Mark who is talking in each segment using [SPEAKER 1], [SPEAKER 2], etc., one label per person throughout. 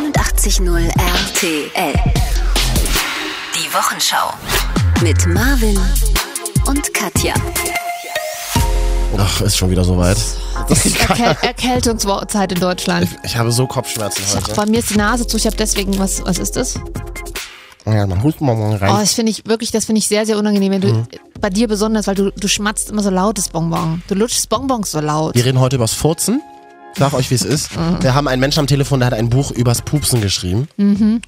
[SPEAKER 1] 95.0 RTL. Die Wochenschau. Mit Marvin und Katja.
[SPEAKER 2] Ach, ist schon wieder soweit.
[SPEAKER 3] Erkäl Erkältungszeit in Deutschland.
[SPEAKER 2] Ich habe so Kopfschmerzen heute.
[SPEAKER 3] Bei mir ist die Nase zu, ich habe deswegen, was, was ist das?
[SPEAKER 2] Ja, man husten mal morgen
[SPEAKER 3] Oh,
[SPEAKER 2] rein.
[SPEAKER 3] das finde ich wirklich, das finde ich sehr, sehr unangenehm. Wenn du,
[SPEAKER 2] Mhm.
[SPEAKER 3] Bei dir besonders, weil du, du schmatzt immer so lautes Bonbon. Du lutschst Bonbons so laut.
[SPEAKER 2] Wir reden heute übers Furzen. Ich sag euch, wie es ist. Wir haben einen Menschen am Telefon, der hat ein Buch übers Pupsen geschrieben. Mhm.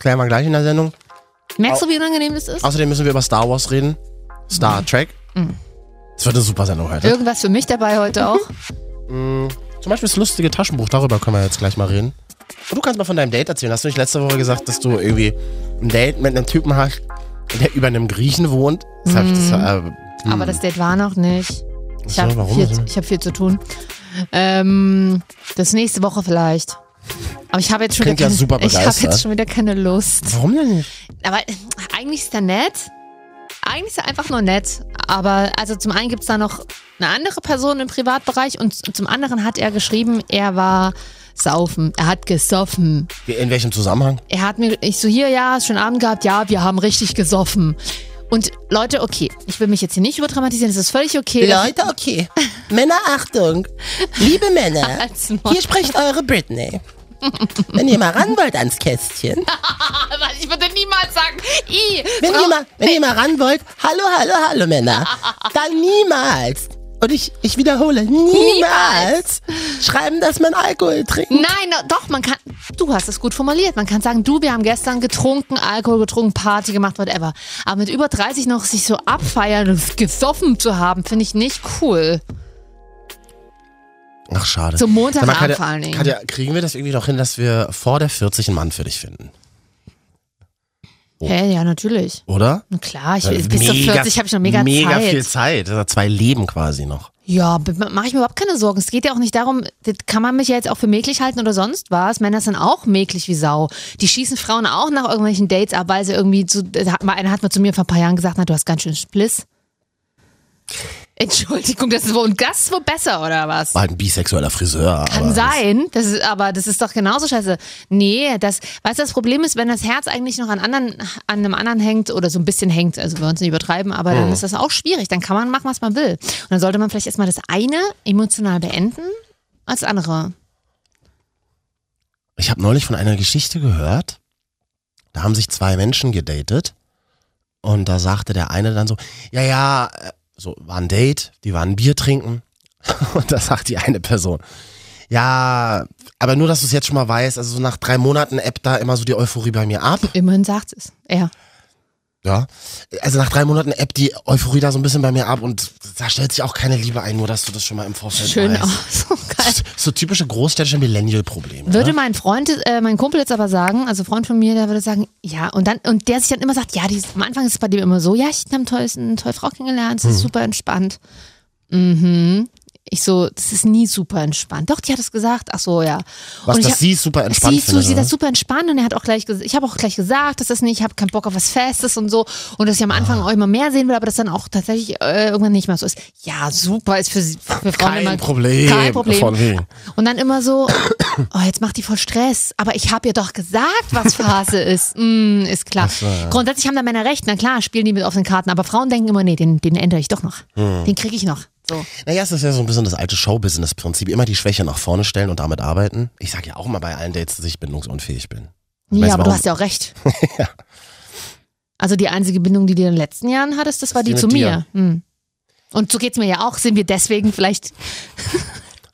[SPEAKER 2] Klären wir gleich in der Sendung.
[SPEAKER 3] Merkst du, wie unangenehm das ist?
[SPEAKER 2] Außerdem müssen wir über Star Wars reden. Star Trek. Es wird eine super Sendung heute.
[SPEAKER 3] Irgendwas für mich dabei heute auch?
[SPEAKER 2] Zum Beispiel das lustige Taschenbuch, darüber können wir jetzt gleich mal reden. Und du kannst mal von deinem Date erzählen. Hast du nicht letzte Woche gesagt, dass du irgendwie ein Date mit einem Typen hast, der über einem Griechen wohnt? Das hab ich das, äh,
[SPEAKER 3] Aber das Date war noch nicht. Ich
[SPEAKER 2] So,
[SPEAKER 3] habe
[SPEAKER 2] warum?
[SPEAKER 3] viel, ich hab viel zu tun. Ähm, das nächste Woche vielleicht. Aber ich habe jetzt, schon
[SPEAKER 2] Klingt
[SPEAKER 3] wieder
[SPEAKER 2] ja
[SPEAKER 3] keine-
[SPEAKER 2] super
[SPEAKER 3] ich hab
[SPEAKER 2] begeistert.
[SPEAKER 3] jetzt schon wieder keine Lust.
[SPEAKER 2] warum denn nicht?
[SPEAKER 3] Aber äh, eigentlich ist er nett. Eigentlich ist er einfach nur nett. Aber also zum einen gibt es da noch eine andere Person im Privatbereich und z- zum anderen hat er geschrieben, er war saufen. Er hat gesoffen.
[SPEAKER 2] Wie- In welchem Zusammenhang?
[SPEAKER 3] Er hat mir, ich so, hier, ja, ist schon Abend gehabt, ja, wir haben richtig gesoffen. Und Leute, okay, ich will mich jetzt hier nicht überdramatisieren, es ist völlig okay. dass-
[SPEAKER 4] Leute, okay. Männer, Achtung. Liebe Männer,
[SPEAKER 3] Als Mann.
[SPEAKER 4] hier spricht eure Britney. Wenn ihr mal ran wollt ans Kästchen,
[SPEAKER 3] Aber ich würde niemals sagen, i,
[SPEAKER 4] wenn,
[SPEAKER 3] Frau-
[SPEAKER 4] ihr, mal, wenn ihr mal ran wollt, hallo, hallo, hallo Männer, dann niemals, und ich, ich wiederhole, niemals schreiben, dass man Alkohol trinkt.
[SPEAKER 3] Nein, na- doch, man kann. Du hast es gut formuliert. Man kann sagen, du, wir haben gestern getrunken, Alkohol getrunken, Party gemacht, whatever. Aber mit über 30 noch sich so abfeiern und gesoffen zu haben, finde ich nicht cool.
[SPEAKER 2] Ach, schade.
[SPEAKER 3] Zum Montagabend
[SPEAKER 2] Sag mal, Katja-
[SPEAKER 3] vor allen Dingen.
[SPEAKER 2] Katja, kriegen wir das irgendwie noch hin, dass wir vor der 40 einen Mann für dich finden? Oh.
[SPEAKER 3] Hä, hey, ja, natürlich.
[SPEAKER 2] Oder?
[SPEAKER 3] Na klar, ich, bis zu 40 habe ich noch mega,
[SPEAKER 2] Äh, mega
[SPEAKER 3] Zeit.
[SPEAKER 2] viel Zeit. Das hat zwei Leben quasi noch.
[SPEAKER 3] Ja, mache ich mir überhaupt keine Sorgen. Es geht ja auch nicht darum, das kann man mich ja jetzt auch für mäglich halten oder sonst was. Männer sind auch mäglich wie Sau. Die schießen Frauen auch nach irgendwelchen Dates ab, weil sie irgendwie zu. da hat mal- Einer hat mal zu mir vor ein paar Jahren gesagt, na, du hast ganz schön Spliss. Entschuldigung, das ist wohl und das ist wohl besser, oder was?
[SPEAKER 2] War halt ein bisexueller Friseur.
[SPEAKER 3] Kann
[SPEAKER 2] aber
[SPEAKER 3] sein, das ist, aber das ist doch genauso scheiße. Nee, das, weißt du, das Problem ist, wenn das Herz eigentlich noch an, anderen, an einem anderen hängt oder so ein bisschen hängt, also wir uns nicht übertreiben, aber dann ist das auch schwierig. Dann kann man machen, was man will. Und dann sollte man vielleicht erstmal das eine emotional beenden als das andere.
[SPEAKER 2] Ich habe neulich von einer Geschichte gehört. Da haben sich zwei Menschen gedatet. Und da sagte der eine dann so, ja, ja, äh, so war ein Date, die waren Bier trinken. Und da sagt die eine Person, ja, aber nur, dass du es jetzt schon mal weißt, also so nach drei Monaten ebbt da immer so die Euphorie bei mir ab.
[SPEAKER 3] Immerhin sagt es. Ja.
[SPEAKER 2] Ja. Also nach drei Monaten ebbt die Euphorie da so ein bisschen bei mir ab und da stellt sich auch keine Liebe ein, nur dass du das schon mal im Vorfeld
[SPEAKER 3] Schön
[SPEAKER 2] weißt.
[SPEAKER 3] aus. So geil.
[SPEAKER 2] Das ist So typische großstädtische Millennial-Probleme.
[SPEAKER 3] Würde
[SPEAKER 2] ne?
[SPEAKER 3] mein Freund, äh, mein Kumpel jetzt aber sagen, also Freund von mir, der würde sagen, ja, und dann, und der sich dann immer sagt, ja, die ist, am Anfang ist es bei dem immer so, ja, ich habe eine tolle Frau kennengelernt, sie ist super entspannt. Mhm. Ich so, das ist nie super entspannt. Doch, die hat es gesagt. Ach so, ja.
[SPEAKER 2] Was,
[SPEAKER 3] und ich
[SPEAKER 2] dass
[SPEAKER 3] hab-
[SPEAKER 2] sie es super entspannt
[SPEAKER 3] sie, so,
[SPEAKER 2] findet, ne?
[SPEAKER 3] sie
[SPEAKER 2] oder?
[SPEAKER 3] das super entspannt und er hat auch gleich, ges- ich habe auch gleich gesagt, dass das nicht, ich habe keinen Bock auf was Festes und so und dass ich am
[SPEAKER 2] Ah.
[SPEAKER 3] Anfang auch immer mehr sehen will, aber das dann auch tatsächlich äh, irgendwann nicht mehr so ist. Ja, super, ist für, sie- für Frauen
[SPEAKER 2] Kein
[SPEAKER 3] immer
[SPEAKER 2] Problem,
[SPEAKER 3] kein Problem.
[SPEAKER 2] von wegen.
[SPEAKER 3] Und dann immer so, oh, jetzt macht die voll Stress. Aber ich habe ihr doch gesagt, was Phase ist. Mm, ist klar. Grundsätzlich haben da Männer recht. Na klar, spielen die mit offenen Karten. Aber Frauen denken immer, nee, den, den ändere ich doch noch. Den kriege ich noch. So.
[SPEAKER 2] Naja, es ist ja so ein bisschen das alte Showbusiness-Prinzip. Immer die Schwäche nach vorne stellen und damit arbeiten. Ich sage ja auch immer bei allen Dates, dass ich bindungsunfähig bin.
[SPEAKER 3] Ja,
[SPEAKER 2] Weißt
[SPEAKER 3] aber du
[SPEAKER 2] warum?
[SPEAKER 3] hast ja auch recht. Also die einzige Bindung, die du in den letzten Jahren hattest, das war
[SPEAKER 2] Die
[SPEAKER 3] die,
[SPEAKER 2] mit
[SPEAKER 3] zu mir. Hm. Und so geht's mir ja auch. Sind wir deswegen vielleicht,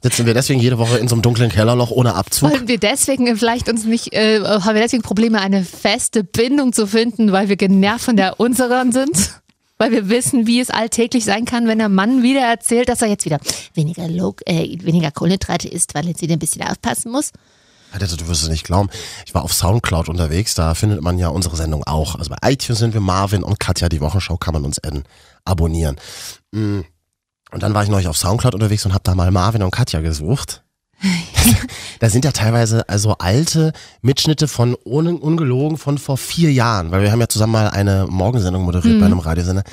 [SPEAKER 2] Sitzen wir deswegen jede Woche in so einem dunklen Kellerloch ohne Abzug?
[SPEAKER 3] wollen wir deswegen vielleicht uns nicht, äh, haben wir deswegen Probleme, eine feste Bindung zu finden, weil wir genervt von der unseren sind? Weil wir wissen, wie es alltäglich sein kann, wenn der Mann wieder erzählt, dass er jetzt wieder weniger, Log äh, weniger Kohlenhydrate isst, weil jetzt wieder ein bisschen aufpassen muss.
[SPEAKER 2] Alter, du wirst es nicht glauben. Ich war auf Soundcloud unterwegs, da findet man ja unsere Sendung auch. Also bei iTunes sind wir Marvin und Katja, die Wochenschau kann man uns adden, abonnieren. Mm. Und dann war ich neulich auf Soundcloud unterwegs und habe da mal Marvin und Katja gesucht. da sind ja teilweise also alte Mitschnitte von un ungelogen von vor vier Jahren, weil wir haben ja zusammen mal eine Morgensendung moderiert bei einem Radiosender.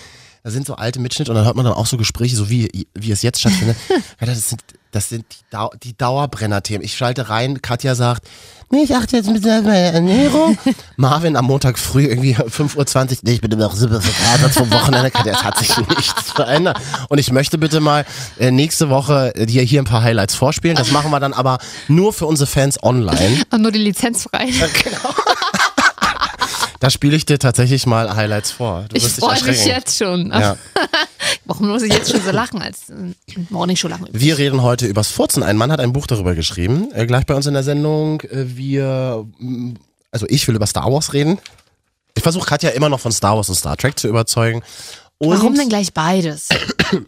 [SPEAKER 2] da sind so alte Mitschnitte und dann hört man dann auch so Gespräche, so wie, wie es jetzt stattfindet. ja, das sind, das sind die, Dau die Dauerbrenner-Themen. Ich schalte rein, Katja sagt, nee, ich achte jetzt ein bisschen auf meine Ernährung. Marvin am Montag früh irgendwie 5.20 Uhr, nee, ich bin immer noch super verkatert vom Wochenende. Katja, es hat sich nichts verändert. Und ich möchte bitte mal äh, nächste Woche äh, dir hier ein paar Highlights vorspielen. Das machen wir dann aber nur für unsere Fans online.
[SPEAKER 3] Und nur die Lizenz frei.
[SPEAKER 2] Da spiele ich dir tatsächlich mal Highlights vor. Du
[SPEAKER 3] Ich
[SPEAKER 2] wirst dich
[SPEAKER 3] freue mich
[SPEAKER 2] erschrecken.
[SPEAKER 3] jetzt schon.
[SPEAKER 2] Ja.
[SPEAKER 3] Warum muss ich jetzt schon so lachen? Als, äh, warum nicht schon lachen?
[SPEAKER 2] Wir reden heute übers Furzen. Ein Mann hat ein Buch darüber geschrieben. Äh, gleich bei uns in der Sendung. Äh, wir, mm, also ich will über Star Wars reden. Ich versuche Katja immer noch von Star Wars und Star Trek zu überzeugen. Und
[SPEAKER 3] Warum denn gleich beides?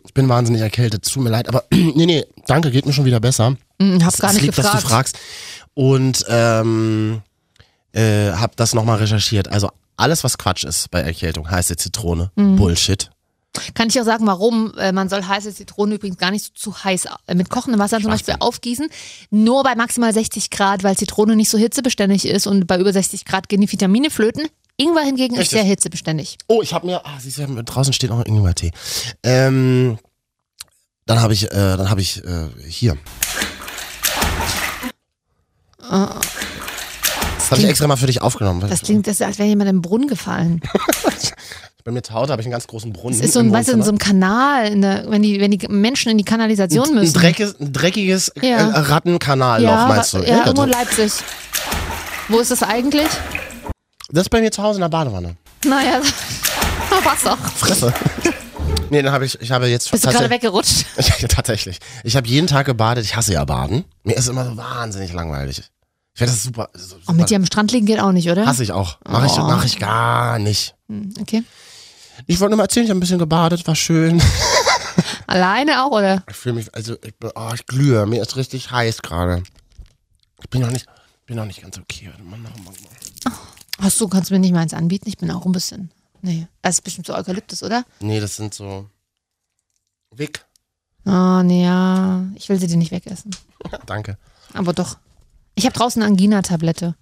[SPEAKER 2] Ich bin wahnsinnig erkältet. Tut mir leid, aber nee, nee, danke, geht mir schon wieder besser.
[SPEAKER 3] Hm, hab gar
[SPEAKER 2] es
[SPEAKER 3] nicht
[SPEAKER 2] liegt,
[SPEAKER 3] gefragt.
[SPEAKER 2] dass du fragst. Und ähm, äh, hab das nochmal recherchiert. Also alles, was Quatsch ist bei Erkältung, heiße Zitrone,
[SPEAKER 3] Mhm.
[SPEAKER 2] Bullshit.
[SPEAKER 3] Kann ich auch sagen, warum? Äh, Man soll heiße Zitronen übrigens gar nicht zu heiß äh, mit kochendem Wasser zum Beispiel aufgießen. Nur bei maximal 60 Grad, weil Zitrone nicht so hitzebeständig ist und bei über 60 Grad gehen die Vitamine flöten. Ingwer hingegen ist
[SPEAKER 2] Richtig.
[SPEAKER 3] sehr hitzebeständig.
[SPEAKER 2] Oh, ich habe mir, ah, siehst du, draußen steht noch Ingwer-Tee. Ähm, dann habe ich, äh, dann habe ich äh, hier. Das habe ich
[SPEAKER 3] klingt-
[SPEAKER 2] extra mal für dich aufgenommen.
[SPEAKER 3] Ah. Das klingt, das ist, als wäre jemand im Brunnen gefallen.
[SPEAKER 2] Bei mir zu Hause habe ich einen ganz großen Brunnen.
[SPEAKER 3] Das ist so
[SPEAKER 2] im
[SPEAKER 3] ein, weißt du, in so
[SPEAKER 2] Wohnzimmer.
[SPEAKER 3] einem Kanal, in der, wenn, die, wenn die Menschen in die Kanalisation
[SPEAKER 2] ein
[SPEAKER 3] müssen.
[SPEAKER 2] dreckiges, ein dreckiges äh,
[SPEAKER 3] Ja.
[SPEAKER 2] Rattenkanalloch,
[SPEAKER 3] ja,
[SPEAKER 2] meinst du?
[SPEAKER 3] ja,
[SPEAKER 2] Ja,
[SPEAKER 3] irgendwo in
[SPEAKER 2] das-
[SPEAKER 3] Leipzig. Wo ist das eigentlich?
[SPEAKER 2] das ist bei mir zu Hause in der Badewanne.
[SPEAKER 3] Naja, was auch.
[SPEAKER 2] Fresse. nee, dann habe ich, ich habe jetzt
[SPEAKER 3] Bist du gerade weggerutscht?
[SPEAKER 2] Ja, tatsächlich. Ich habe jeden Tag gebadet. Ich hasse ja Baden. Mir ist immer so wahnsinnig langweilig. Ich werde das super. so- super
[SPEAKER 3] Oh, mit dir am Strand liegen geht auch nicht, oder?
[SPEAKER 2] hasse ich auch. Mache ich,
[SPEAKER 3] Oh.
[SPEAKER 2] mach ich gar nicht.
[SPEAKER 3] Hm, Okay.
[SPEAKER 2] Ich wollte nur mal erzählen, ich habe ein bisschen gebadet, war schön.
[SPEAKER 3] Alleine auch, oder?
[SPEAKER 2] Ich fühle mich, also ich, bin- oh, ich glühe, mir ist richtig heiß gerade. Ich bin noch nicht, bin noch nicht ganz okay. Warte mal, noch mal.
[SPEAKER 3] Hast du, kannst du mir nicht meins anbieten? Ich bin auch ein bisschen. Nee. Das ist bestimmt so Eukalyptus, oder?
[SPEAKER 2] Nee, das sind so. Wick.
[SPEAKER 3] Ah, nee, ja. Ich will sie dir nicht wegessen.
[SPEAKER 2] Danke.
[SPEAKER 3] Aber doch. Ich habe draußen eine Angina-Tablette.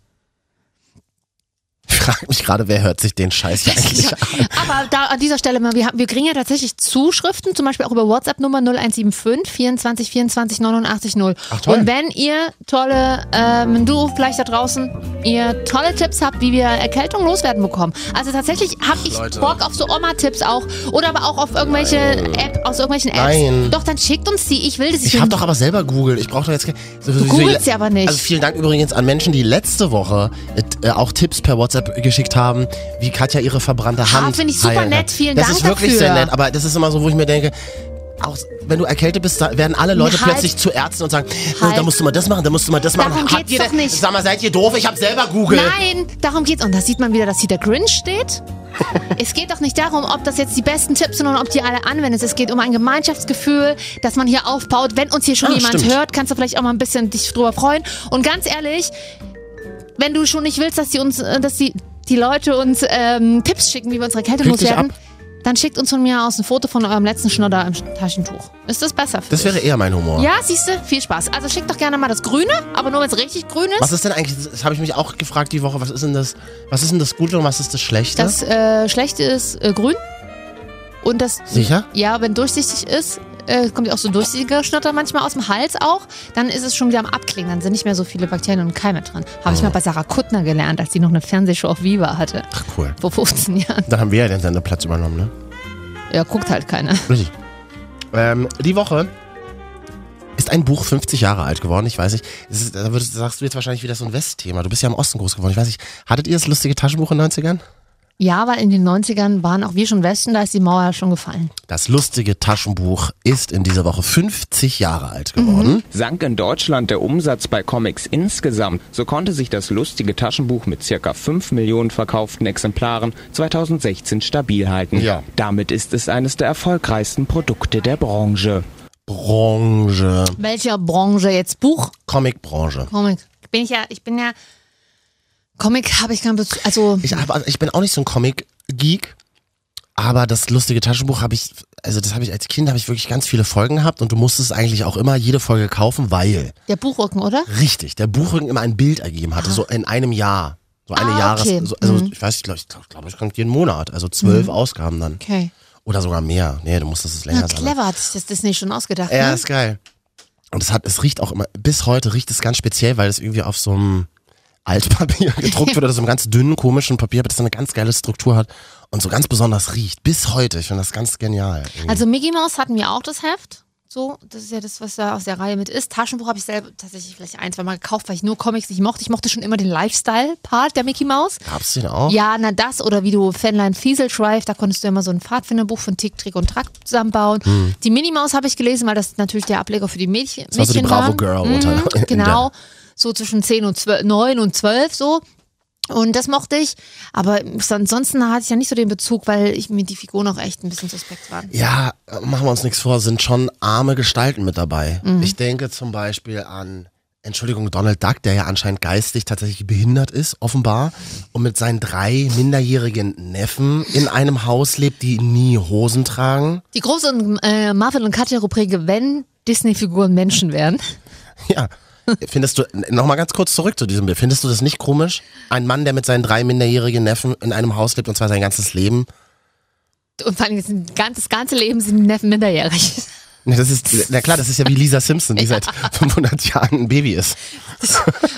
[SPEAKER 2] Ich frage mich gerade, wer hört sich den Scheiß hier eigentlich an?
[SPEAKER 3] Aber da an dieser Stelle mal, wir, haben, wir kriegen ja tatsächlich Zuschriften, zum Beispiel auch über WhatsApp-Nummer 0175 24 24 89 0.
[SPEAKER 2] Ach, toll.
[SPEAKER 3] Und wenn ihr tolle, ähm, du vielleicht da draußen, ihr tolle Tipps habt, wie wir Erkältung loswerden bekommen. Also tatsächlich habe ich
[SPEAKER 2] Leute.
[SPEAKER 3] Bock auf so Oma-Tipps auch oder aber auch auf irgendwelche App, aus irgendwelchen Apps.
[SPEAKER 2] Nein.
[SPEAKER 3] Doch, dann schickt uns die. Ich will das.
[SPEAKER 2] Ich
[SPEAKER 3] will
[SPEAKER 2] habe doch aber selber Google. Ich brauche doch jetzt keine. So, so,
[SPEAKER 3] googelst sie aber nicht.
[SPEAKER 2] Also vielen Dank übrigens an Menschen, die letzte Woche äh, auch Tipps per WhatsApp geschickt haben, wie Katja ihre verbrannte Hand.
[SPEAKER 3] finde ich super
[SPEAKER 2] heilen kann.
[SPEAKER 3] nett. Vielen
[SPEAKER 2] das
[SPEAKER 3] Dank
[SPEAKER 2] Das ist wirklich sehr
[SPEAKER 3] dafür.
[SPEAKER 2] nett, aber das ist immer so, wo ich mir denke. Auch wenn du erkältet bist, da werden alle Leute
[SPEAKER 3] Halt.
[SPEAKER 2] plötzlich zu Ärzten und sagen, oh, da
[SPEAKER 3] Halt.
[SPEAKER 2] musst du mal das machen, da musst du mal das machen.
[SPEAKER 3] Darum
[SPEAKER 2] Habt
[SPEAKER 3] geht's
[SPEAKER 2] ihr
[SPEAKER 3] doch
[SPEAKER 2] denn-
[SPEAKER 3] nicht.
[SPEAKER 2] Sag mal, seid ihr doof? Ich habe selber Google.
[SPEAKER 3] Nein, darum geht's. Und da sieht man wieder, dass hier der Grinch steht. es geht doch nicht darum, ob das jetzt die besten Tipps sind und ob die alle anwendest. Es geht um ein Gemeinschaftsgefühl, das man hier aufbaut. Wenn uns hier schon
[SPEAKER 2] Ah,
[SPEAKER 3] jemand
[SPEAKER 2] stimmt.
[SPEAKER 3] hört, kannst du vielleicht auch mal ein bisschen dich drüber freuen. Und ganz ehrlich, wenn du schon nicht willst, dass die uns, äh, dass die, die Leute uns ähm, Tipps schicken, wie wir unsere Kälte
[SPEAKER 2] Richtig
[SPEAKER 3] loswerden, dann schickt uns von mir aus ein Foto von eurem letzten Schnodder im Taschentuch. Ist das besser für
[SPEAKER 2] Das
[SPEAKER 3] dich?
[SPEAKER 2] wäre eher mein Humor.
[SPEAKER 3] Ja, siehst du, viel Spaß. Also schickt doch gerne mal das Grüne, aber nur wenn es richtig grün ist.
[SPEAKER 2] Was ist denn eigentlich, das habe ich mich auch gefragt die Woche, was ist denn das, was ist denn das Gute und was ist das Schlechte?
[SPEAKER 3] Das äh, Schlechte ist äh, grün. Und das.
[SPEAKER 2] Sicher?
[SPEAKER 3] Ja, wenn durchsichtig ist, äh, kommt ja auch so ein durchsichtiger Schnatter manchmal aus dem Hals auch. Dann ist es schon wieder am Abklingen. Dann sind nicht mehr so viele Bakterien und Keime drin. Habe ich mal bei Sarah Kuttner gelernt, als sie noch eine Fernsehshow auf Viva hatte.
[SPEAKER 2] Ach cool.
[SPEAKER 3] Vor 15 Jahren.
[SPEAKER 2] Dann haben wir ja den Sendeplatz übernommen, ne?
[SPEAKER 3] Ja, guckt halt keiner.
[SPEAKER 2] Richtig. Ähm, die Woche ist ein Buch 50 Jahre alt geworden. Ich weiß nicht, es ist, da würdest, sagst du jetzt wahrscheinlich wieder so ein Westthema. Du bist ja im Osten groß geworden. Ich weiß nicht, hattet ihr das lustige Taschenbuch in den 90ern?
[SPEAKER 3] Ja, weil in den 90ern waren auch wir schon Westen, da ist die Mauer schon gefallen.
[SPEAKER 2] Das lustige Taschenbuch ist in dieser Woche 50 Jahre alt geworden.
[SPEAKER 5] Sank in Deutschland der Umsatz bei Comics insgesamt, so konnte sich das lustige Taschenbuch mit circa 5 Millionen verkauften Exemplaren 2016 stabil halten.
[SPEAKER 2] Ja.
[SPEAKER 5] Damit ist es eines der erfolgreichsten Produkte der Branche.
[SPEAKER 2] Branche,
[SPEAKER 3] Welcher Branche jetzt? Buch?
[SPEAKER 2] Comicbranche.
[SPEAKER 3] Comic. Bin ich ja, ich bin ja. Comic habe ich keinen Bezug. Also.
[SPEAKER 2] Ich, hab, also ich bin auch nicht so ein Comic-Geek, aber das lustige Taschenbuch habe ich, also das habe ich als Kind, habe ich wirklich ganz viele Folgen gehabt und du musstest eigentlich auch immer jede Folge kaufen, weil
[SPEAKER 3] Der Buchrücken, oder?
[SPEAKER 2] Richtig, der Buchrücken immer ein Bild ergeben hatte, so in einem Jahr. So eine
[SPEAKER 3] Ah,
[SPEAKER 2] Jahres.
[SPEAKER 3] okay. Mhm.
[SPEAKER 2] So, also ich weiß, ich glaube, ich glaube, glaub, ich kommt jeden Monat, also zwölf Ausgaben dann.
[SPEAKER 3] Okay.
[SPEAKER 2] Oder sogar mehr. Nee, du musst das länger
[SPEAKER 3] Na,
[SPEAKER 2] sein.
[SPEAKER 3] clever hat sich das Disney schon ausgedacht.
[SPEAKER 2] Ja,
[SPEAKER 3] ne?
[SPEAKER 2] ist geil. Und es hat, es riecht auch immer, bis heute riecht es ganz speziell, weil es irgendwie auf so einem Altpapier gedruckt wird oder so einem ganz dünnen, komischen Papier, aber das so eine ganz geile Struktur hat und so ganz besonders riecht. Bis heute. Ich finde das ganz genial. irgendwie.
[SPEAKER 3] Also Mickey Mouse hatten wir auch das Heft. So, das ist ja das, was da aus der Reihe mit ist. Taschenbuch habe ich selber tatsächlich vielleicht ein, zwei Mal gekauft, weil ich nur Comics nicht mochte. Ich mochte schon immer den Lifestyle-Part der Mickey Mouse.
[SPEAKER 2] Gab's den auch?
[SPEAKER 3] Ja, na das oder wie du Fanline Fiesel Drive, da konntest du ja immer so ein Pfadfinderbuch von Tick, Trick und Track zusammenbauen. Die Minimaus habe ich gelesen, weil das natürlich der Ableger für die Mädchen,
[SPEAKER 2] Hm. Das war so die
[SPEAKER 3] Mädchen
[SPEAKER 2] Bravo
[SPEAKER 3] waren.
[SPEAKER 2] Girl
[SPEAKER 3] Mhm,
[SPEAKER 2] unter- in der-
[SPEAKER 3] Genau, so zwischen 10 und 12, 9 und 12 so. Und das mochte ich, aber ansonsten hatte ich ja nicht so den Bezug, weil ich mir die Figuren auch echt ein bisschen suspekt waren.
[SPEAKER 2] Ja, äh, machen wir uns nichts vor, sind schon arme Gestalten mit dabei. Ich denke zum Beispiel an, Entschuldigung, Donald Duck, der ja anscheinend geistig tatsächlich behindert ist, offenbar, und mit seinen drei minderjährigen Neffen in einem Haus lebt, die nie Hosen tragen.
[SPEAKER 3] Die große und, äh, Marvel und Katja Rubrik, wenn Disney-Figuren Menschen wären.
[SPEAKER 2] Ja. Findest du, nochmal ganz kurz zurück zu diesem Bild, findest du das nicht komisch? Ein Mann, der mit seinen drei minderjährigen Neffen in einem Haus lebt und zwar sein ganzes Leben.
[SPEAKER 3] Und vor allem das ganze, das ganze Leben sind die Neffen minderjährig.
[SPEAKER 2] Na, Das ist, na klar, das ist ja wie Lisa Simpson, die seit 500 Jahren ein Baby ist.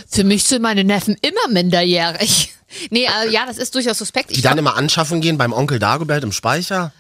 [SPEAKER 3] Für mich sind meine Neffen immer minderjährig. Nee, äh, ja, das ist durchaus suspekt.
[SPEAKER 2] Die
[SPEAKER 3] Ich,
[SPEAKER 2] dann immer anschaffen gehen beim Onkel Dagobert im Speicher.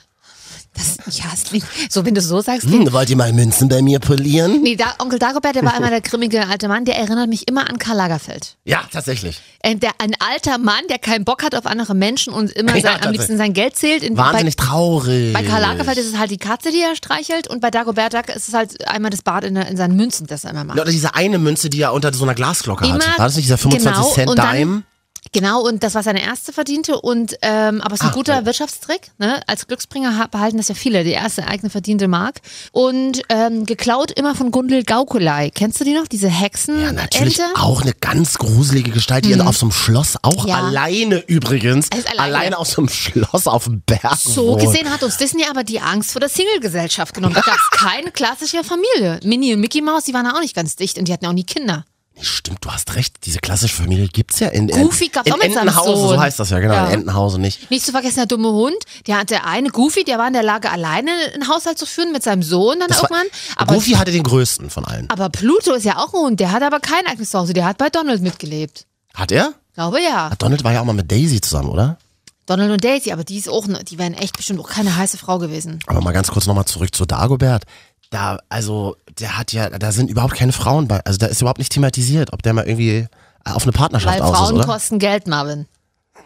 [SPEAKER 3] das, ja, es klingt, so wenn du es so sagst. klingt-
[SPEAKER 2] Hm, wollt ihr mal Münzen bei mir polieren?
[SPEAKER 3] Nee, da, Onkel Dagobert, der war einmal der grimmige alte Mann, der erinnert mich immer an Karl Lagerfeld.
[SPEAKER 2] Ja, tatsächlich.
[SPEAKER 3] Ein, der, ein alter Mann, der keinen Bock hat auf andere Menschen und immer
[SPEAKER 2] Ja,
[SPEAKER 3] sein, am
[SPEAKER 2] tatsächlich.
[SPEAKER 3] liebsten sein Geld zählt. In,
[SPEAKER 2] Wahnsinnig traurig.
[SPEAKER 3] Bei Karl Lagerfeld ist es halt die Katze, die er streichelt und bei Dagobert Duck ist es halt einmal das Bad in, der- in seinen Münzen, das er immer macht.
[SPEAKER 2] Ja, Oder diese eine Münze, die er unter so einer Glasglocke hat.
[SPEAKER 3] Immer-
[SPEAKER 2] War das nicht dieser 25
[SPEAKER 3] genau,
[SPEAKER 2] Cent
[SPEAKER 3] und dann-
[SPEAKER 2] Dime?
[SPEAKER 3] Genau, und das war seine erste verdiente und ähm, aber es ist ein
[SPEAKER 2] Ah,
[SPEAKER 3] guter
[SPEAKER 2] ja.
[SPEAKER 3] Wirtschaftstrick. Ne? Als Glücksbringer ha- behalten das ja viele, die erste eigene verdiente Mark. Und ähm, geklaut immer von Gundel Gaukulei. Kennst du die noch? Diese Hexen?
[SPEAKER 2] Ja, natürlich
[SPEAKER 3] Ente? Hm.
[SPEAKER 2] auch eine ganz gruselige Gestalt, die auf so einem Schloss, auch
[SPEAKER 3] Ja.
[SPEAKER 2] alleine übrigens,
[SPEAKER 3] Er ist alleine.
[SPEAKER 2] alleine. auf so einem Schloss auf dem Berg
[SPEAKER 3] So
[SPEAKER 2] wohnt.
[SPEAKER 3] gesehen hat uns Disney aber die Angst vor der Single-Gesellschaft genommen. Da gab es keine klassische Familie. Minnie und Mickey Mouse, die waren ja auch nicht ganz dicht und die hatten ja auch nie Kinder.
[SPEAKER 2] Nee, stimmt, du hast recht, diese klassische Familie gibt's ja in,
[SPEAKER 3] Goofy
[SPEAKER 2] in,
[SPEAKER 3] gab's
[SPEAKER 2] in
[SPEAKER 3] auch mit seinem
[SPEAKER 2] Entenhausen,
[SPEAKER 3] Sohn.
[SPEAKER 2] so heißt das ja, genau,
[SPEAKER 3] Ja.
[SPEAKER 2] in Entenhausen nicht.
[SPEAKER 3] Nicht zu vergessen der dumme Hund, der hatte eine Goofy, der war in der Lage, alleine einen Haushalt zu führen mit seinem Sohn dann
[SPEAKER 2] Das war-
[SPEAKER 3] irgendwann. Aber
[SPEAKER 2] Goofy hatte den größten von allen.
[SPEAKER 3] Aber Pluto ist ja auch ein Hund, der hat aber kein eigenes Zuhause, der hat bei Donald mitgelebt.
[SPEAKER 2] Hat er?
[SPEAKER 3] Glaube ja.
[SPEAKER 2] Donald war ja auch mal mit Daisy zusammen, oder?
[SPEAKER 3] Donald und Daisy, aber die ist auch, ne- die wären echt bestimmt auch keine heiße Frau gewesen.
[SPEAKER 2] Aber mal ganz kurz nochmal zurück zu Dagobert. Da, also, der hat ja, da sind überhaupt keine Frauen bei. Also, da ist überhaupt nicht thematisiert, ob der mal irgendwie auf eine Partnerschaft
[SPEAKER 3] Weil
[SPEAKER 2] aus ist,
[SPEAKER 3] Frauen
[SPEAKER 2] oder?
[SPEAKER 3] kosten Geld, Marvin.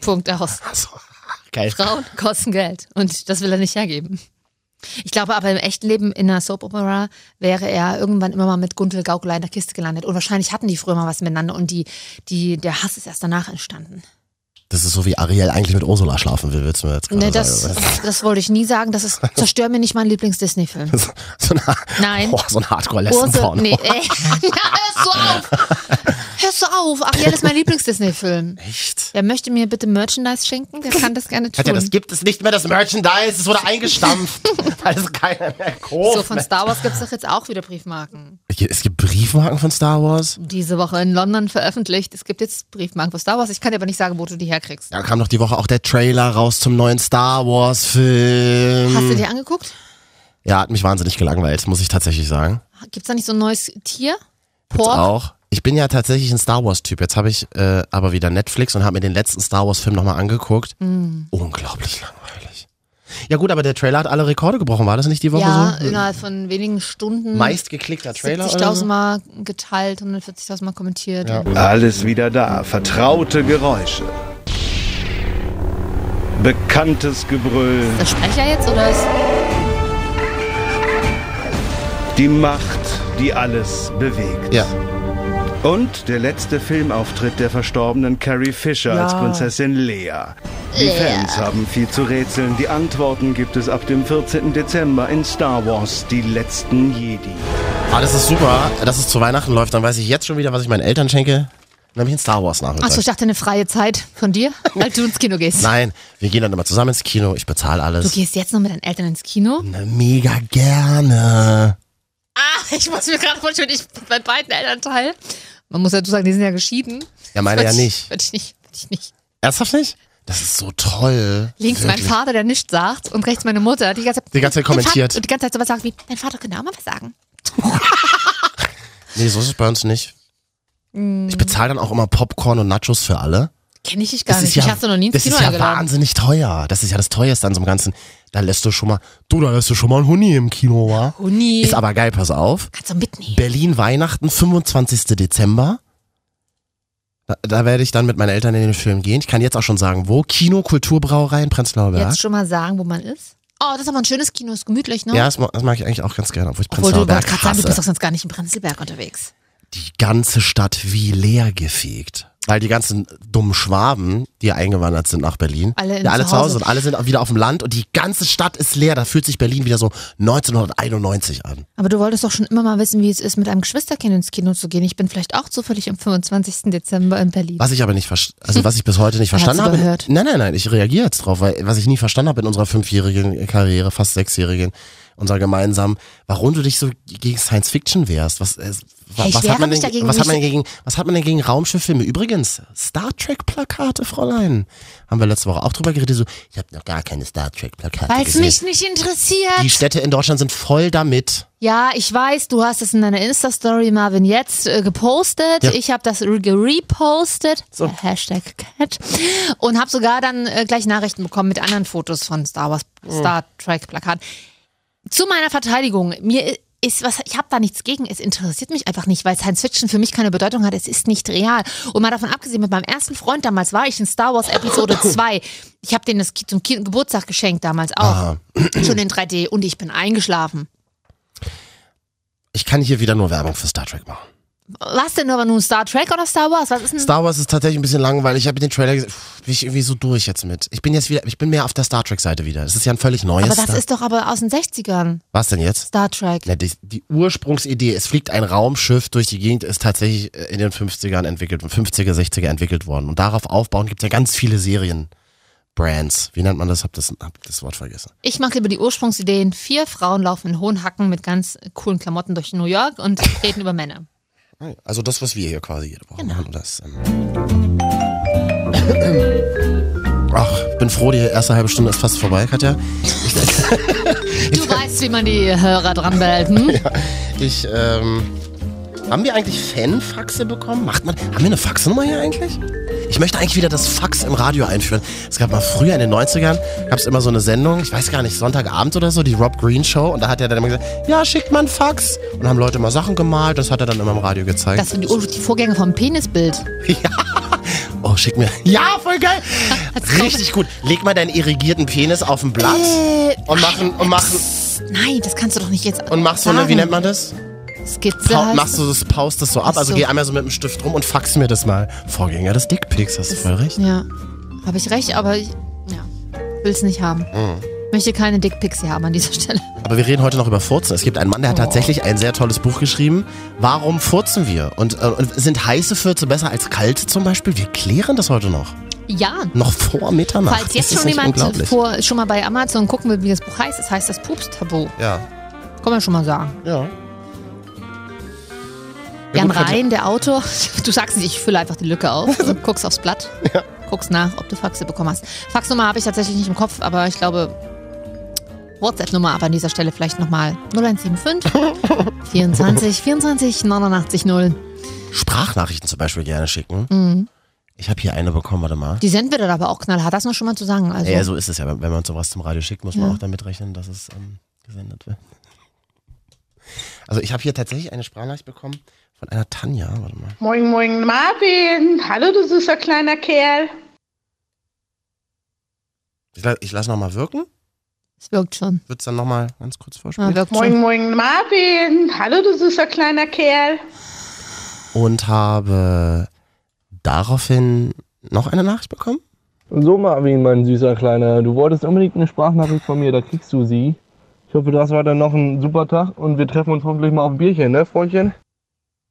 [SPEAKER 3] Punkt aus.
[SPEAKER 2] Also, geil.
[SPEAKER 3] Frauen kosten Geld und das will er nicht hergeben. Ich glaube aber im echten Leben in einer Soap Opera wäre er irgendwann immer mal mit Gunther Gaukel in der Kiste gelandet. Und wahrscheinlich hatten die früher mal was miteinander und die, die, der Hass ist erst danach entstanden.
[SPEAKER 2] Das ist so, wie Ariel eigentlich mit Ursula schlafen will, willst du mir jetzt gerade
[SPEAKER 3] Ne, das,
[SPEAKER 2] sagen.
[SPEAKER 3] das wollte ich nie sagen. Das ist, zerstör mir nicht meinen Lieblings-Disney-Film.
[SPEAKER 2] Das ist so eine,
[SPEAKER 3] Nein.
[SPEAKER 2] Boah, so ein
[SPEAKER 3] Ursula,
[SPEAKER 2] Hardcore-Lesson-Porno.
[SPEAKER 3] nee, ey. Ja, hörst du auf! Hörst du auf! Ariel ist mein Lieblings-Disney-Film.
[SPEAKER 2] Echt?
[SPEAKER 3] Wer möchte mir bitte Merchandise schenken, der kann das gerne tun.
[SPEAKER 2] Katja, das gibt es nicht mehr, das Merchandise. Es wurde eingestampft, weil es keiner mehr kauft.
[SPEAKER 3] so, von Star Wars gibt es doch jetzt auch wieder Briefmarken.
[SPEAKER 2] es gibt Briefmarken von Star Wars.
[SPEAKER 3] Diese Woche in London veröffentlicht. Es gibt jetzt Briefmarken für Star Wars. Ich kann dir aber nicht sagen, wo du die herkriegst.
[SPEAKER 2] Da kam doch die Woche auch der Trailer raus zum neuen Star Wars-Film.
[SPEAKER 3] Hast du dir angeguckt?
[SPEAKER 2] Ja, hat mich wahnsinnig gelangweilt, muss ich tatsächlich sagen.
[SPEAKER 3] Gibt es da nicht so ein neues Tier?
[SPEAKER 2] Gibt's
[SPEAKER 3] Pork?
[SPEAKER 2] Auch. Ich bin ja tatsächlich ein Star Wars-Typ. Jetzt habe ich äh, aber wieder Netflix und habe mir den letzten Star Wars-Film nochmal angeguckt.
[SPEAKER 3] Mm.
[SPEAKER 2] Unglaublich langweilig. Ja gut, aber der Trailer hat alle Rekorde gebrochen. War das nicht die Woche
[SPEAKER 3] Ja, äh, mm.
[SPEAKER 2] so?
[SPEAKER 3] innerhalb von wenigen Stunden.
[SPEAKER 2] Meistgeklickter Trailer. Oder
[SPEAKER 3] 70.000
[SPEAKER 2] so?
[SPEAKER 3] Mal geteilt, 140.000 Mal kommentiert.
[SPEAKER 6] Alles wieder da. Vertraute Geräusche. Bekanntes Gebrüll.
[SPEAKER 3] Der Sprecher jetzt oder ist.
[SPEAKER 6] Die Macht, die alles bewegt.
[SPEAKER 2] Ja.
[SPEAKER 6] Und der letzte Filmauftritt der verstorbenen Carrie Fisher als Prinzessin Lea. Die Fans haben viel zu rätseln. Die Antworten gibt es ab dem 14. Dezember in Star Wars Die letzten Jedi.
[SPEAKER 2] Ah, das ist super, dass es zu Weihnachten läuft. Dann weiß ich jetzt schon wieder, was ich meinen Eltern schenke. Dann habe ich einen Star Wars-Nachmittag.
[SPEAKER 3] Achso, ich dachte, eine freie Zeit von dir, weil du ins Kino gehst.
[SPEAKER 2] Nein, wir gehen dann immer zusammen ins Kino. Ich bezahle
[SPEAKER 3] Du
[SPEAKER 2] alles.
[SPEAKER 3] gehst jetzt noch mit deinen Eltern ins Kino?
[SPEAKER 2] Mega gerne.
[SPEAKER 3] Ah, ich muss mir gerade vorstellen, ich bin bei beiden Elternteilen. Man muss ja dazu sagen, die sind ja geschieden.
[SPEAKER 2] Ja, meine ja
[SPEAKER 3] Würde ich-
[SPEAKER 2] nicht.
[SPEAKER 3] Würde ich nicht. Würde ich nicht.
[SPEAKER 2] Ernsthaft nicht? Das ist so toll.
[SPEAKER 3] Links mein
[SPEAKER 2] Wirklich.
[SPEAKER 3] Vater, der nichts sagt, und rechts meine Mutter, die die ganze Zeit,
[SPEAKER 2] Die ganze Zeit
[SPEAKER 3] Dein Vater-
[SPEAKER 2] kommentiert.
[SPEAKER 3] Und die ganze Zeit sowas sagt wie, dein Vater könnte auch mal was sagen.
[SPEAKER 2] Nee, so ist es bei uns nicht. Ich bezahle dann auch immer Popcorn und Nachos für alle.
[SPEAKER 3] Kenne ich dich Mm. gar nicht. ich hatte noch nie ins
[SPEAKER 2] das
[SPEAKER 3] Kino
[SPEAKER 2] ist ja
[SPEAKER 3] eingeladen.
[SPEAKER 2] wahnsinnig teuer. Das ist ja das teuerste an so einem ganzen. Da lässt du schon mal, du, da lässt du schon mal einen Huni im Kino, wa?
[SPEAKER 3] Huni.
[SPEAKER 2] Ist aber geil, pass auf.
[SPEAKER 3] Kannst du mitnehmen.
[SPEAKER 2] Berlin Weihnachten, 25. Dezember. Da, da werde ich dann mit meinen Eltern in den Film gehen. Ich kann jetzt auch schon sagen, wo. Kino, Kulturbrauerei in Prenzlauer Berg.
[SPEAKER 3] Jetzt schon mal sagen, wo man ist. Oh, das ist aber ein schönes Kino, ist gemütlich, ne?
[SPEAKER 2] Ja, das, ma- das mag ich eigentlich auch ganz gerne, obwohl ich
[SPEAKER 3] Obwohl du
[SPEAKER 2] Prenzlauer
[SPEAKER 3] gerade
[SPEAKER 2] Berg
[SPEAKER 3] sagen, du bist
[SPEAKER 2] hasse.
[SPEAKER 3] doch sonst gar nicht in Prenzlberg unterwegs.
[SPEAKER 2] Die ganze Stadt wie leer gefegt. Weil die ganzen dummen Schwaben, die eingewandert sind nach Berlin,
[SPEAKER 3] Alle in-
[SPEAKER 2] ja, alle
[SPEAKER 3] zu
[SPEAKER 2] zu Hause
[SPEAKER 3] Hause.
[SPEAKER 2] und alle sind auch wieder auf dem Land und die ganze Stadt ist leer. Da fühlt sich Berlin wieder so 1991 an.
[SPEAKER 3] Aber du wolltest doch schon immer mal wissen, wie es ist, mit einem Geschwisterkind ins Kino zu gehen. Ich bin vielleicht auch zufällig am 25. Dezember in Berlin.
[SPEAKER 2] Was ich aber nicht verstanden, also was ich bis heute nicht
[SPEAKER 3] Er hat's
[SPEAKER 2] verstanden habe.
[SPEAKER 3] überhört.
[SPEAKER 2] Nein, nein, nein, ich reagiere jetzt drauf, weil was ich nie verstanden habe in unserer fünfjährigen Karriere, fast sechsjährigen, unserer gemeinsamen, warum du dich so gegen Science Fiction wehrst. Was, äh, wa-
[SPEAKER 3] ich
[SPEAKER 2] was
[SPEAKER 3] wehre
[SPEAKER 2] hat man
[SPEAKER 3] mich
[SPEAKER 2] denn,
[SPEAKER 3] dagegen
[SPEAKER 2] was hat man
[SPEAKER 3] nicht.
[SPEAKER 2] denn gegen, was hat man denn gegen Raumschifffilme? Übrigens, Star Trek Plakate, Fräulein, haben wir letzte Woche auch drüber geredet. So, ich habe noch gar keine Star Trek Plakate
[SPEAKER 3] Weil es
[SPEAKER 2] gesehen.
[SPEAKER 3] mich nicht interessiert.
[SPEAKER 2] Die Städte in Deutschland sind voll damit.
[SPEAKER 3] Ja, ich weiß, du hast es in deiner Insta-Story, Marvin, jetzt äh, gepostet.
[SPEAKER 2] Ja.
[SPEAKER 3] Ich habe das re- gerepostet. Äh, Hashtag Cat. Und habe sogar dann äh, gleich Nachrichten bekommen mit anderen Fotos von Star Wars, Star Trek Plakaten. Zu meiner Verteidigung, mir i- ist was, ich habe da nichts gegen. Es interessiert mich einfach nicht, weil Science Fiction für mich keine Bedeutung hat. Es ist nicht real. Und mal davon abgesehen, mit meinem ersten Freund damals war ich in Star Wars Episode 2. Ich habe den das Ki- zum Ki Geburtstag geschenkt damals auch. Schon in 3D und ich bin eingeschlafen.
[SPEAKER 2] Ich kann hier wieder nur Werbung für Star Trek machen.
[SPEAKER 3] Was denn aber nun? Star Trek oder Star Wars? Was ist denn?
[SPEAKER 2] Star Wars ist tatsächlich ein bisschen langweilig. Ich habe den Trailer gesehen. Pff, Bin ich irgendwie so durch jetzt mit. Ich bin jetzt wieder, ich bin mehr auf der Star Trek-Seite wieder. Das ist ja ein völlig neues.
[SPEAKER 3] aber das
[SPEAKER 2] Star
[SPEAKER 3] ist doch aber aus den 60ern.
[SPEAKER 2] Was denn jetzt?
[SPEAKER 3] Star Trek.
[SPEAKER 2] Na, die, die Ursprungsidee, es fliegt ein Raumschiff durch die Gegend, ist tatsächlich äh, in den 50ern entwickelt, 50er, 60er entwickelt worden. Und darauf aufbauend gibt es ja ganz viele Serien. Brands. Wie nennt man das? Hab das, hab das Wort vergessen.
[SPEAKER 3] Ich mag lieber die Ursprungsideen. Vier Frauen laufen in hohen Hacken mit ganz coolen Klamotten durch New York und reden über Männer.
[SPEAKER 2] Also das, was wir hier quasi jede
[SPEAKER 3] Genau.
[SPEAKER 2] Woche machen. Und das, ähm Ach, bin froh, die erste halbe Stunde ist fast vorbei, Katja.
[SPEAKER 3] Du weißt, wie man die Hörer dran behält. Hm?
[SPEAKER 2] Ich, ähm. Haben wir eigentlich Fanfaxe bekommen? Macht man. Haben wir eine Faxnummer hier eigentlich? Ich möchte eigentlich wieder das Fax im Radio einführen. Es gab mal früher in den 90ern, gab es immer so eine Sendung, ich weiß gar nicht, Sonntagabend oder so, die Rob Green Show. Und da hat er dann immer gesagt, ja, schickt mal ein Fax. Und dann haben Leute mal Sachen gemalt, das hat er dann immer im Radio gezeigt.
[SPEAKER 3] Das sind die, Ur- die Vorgänge vom Penisbild.
[SPEAKER 2] oh, schick mir. Ja, voll geil. Richtig gut. Leg mal deinen irrigierten Penis auf ein Blatt
[SPEAKER 3] Äh.
[SPEAKER 2] und machen und machen
[SPEAKER 3] Nein, das kannst du doch nicht jetzt.
[SPEAKER 2] und mach so
[SPEAKER 3] sagen.
[SPEAKER 2] eine, wie nennt man das?
[SPEAKER 3] Skizze.
[SPEAKER 2] Pa
[SPEAKER 3] heißt-
[SPEAKER 2] machst du das, paust das so ab.
[SPEAKER 3] Ach
[SPEAKER 2] Also
[SPEAKER 3] so.
[SPEAKER 2] geh einmal so mit dem Stift rum und fax mir das mal. Vorgänger des Dickpics, hast du voll recht.
[SPEAKER 3] Ja. Habe ich recht, aber ich ja, will es nicht haben.
[SPEAKER 2] Hm.
[SPEAKER 3] Möchte keine Dickpics hier haben an dieser Stelle.
[SPEAKER 2] Aber wir reden heute noch über Furzen. Es gibt einen Mann, der
[SPEAKER 3] Oh.
[SPEAKER 2] hat tatsächlich ein sehr tolles Buch geschrieben. Warum furzen wir? Und, äh, und sind heiße Fürze besser als kalte zum Beispiel? Wir klären das heute noch.
[SPEAKER 3] Ja.
[SPEAKER 2] Noch vor Mitternacht.
[SPEAKER 3] Falls
[SPEAKER 2] Ist
[SPEAKER 3] jetzt
[SPEAKER 2] das
[SPEAKER 3] schon
[SPEAKER 2] nicht
[SPEAKER 3] jemand
[SPEAKER 2] unglaublich?
[SPEAKER 3] vor, schon mal bei Amazon gucken will, wie das Buch heißt, es heißt das Pupstabu.
[SPEAKER 2] Ja,
[SPEAKER 3] Kann man schon mal sagen.
[SPEAKER 2] ja.
[SPEAKER 3] Jan
[SPEAKER 2] gut, Katja.
[SPEAKER 3] Rhein, der Autor, du sagst nicht, ich fülle einfach die Lücke auf und guckst aufs Blatt. Guckst nach, ob du Faxe bekommen hast. Faxnummer habe ich tatsächlich nicht im Kopf, aber ich glaube, WhatsApp-Nummer aber an dieser Stelle vielleicht nochmal 0175 24 24 89 0.
[SPEAKER 2] Sprachnachrichten zum Beispiel gerne schicken.
[SPEAKER 3] Mhm.
[SPEAKER 2] Ich habe hier eine bekommen, warte mal.
[SPEAKER 3] Die senden wir dann aber auch knallhart, das nur schon mal zu sagen. Also,
[SPEAKER 2] Ja, so ist es ja. Wenn wenn man sowas zum Radio schickt, muss man auch damit rechnen, dass es ähm, gesendet wird. Also ich habe hier tatsächlich eine Sprachnachricht bekommen von einer Tanja. Warte mal.
[SPEAKER 7] Moin, moin, Marvin. Hallo, du süßer kleiner Kerl.
[SPEAKER 2] Ich, la- ich lasse nochmal wirken.
[SPEAKER 3] es wirkt schon.
[SPEAKER 2] Würde es dann nochmal ganz kurz
[SPEAKER 3] Ja,
[SPEAKER 2] vorspielen.
[SPEAKER 3] wirkt schon.
[SPEAKER 7] Moin, moin, Marvin. Hallo, du süßer kleiner Kerl.
[SPEAKER 2] Und habe daraufhin noch eine Nachricht bekommen.
[SPEAKER 8] So, Marvin, mein süßer Kleiner, du wolltest unbedingt eine Sprachnachricht von mir, da kriegst du sie. Ich hoffe, du hast heute noch einen super Tag und wir treffen uns hoffentlich mal auf ein Bierchen, ne, Freundchen?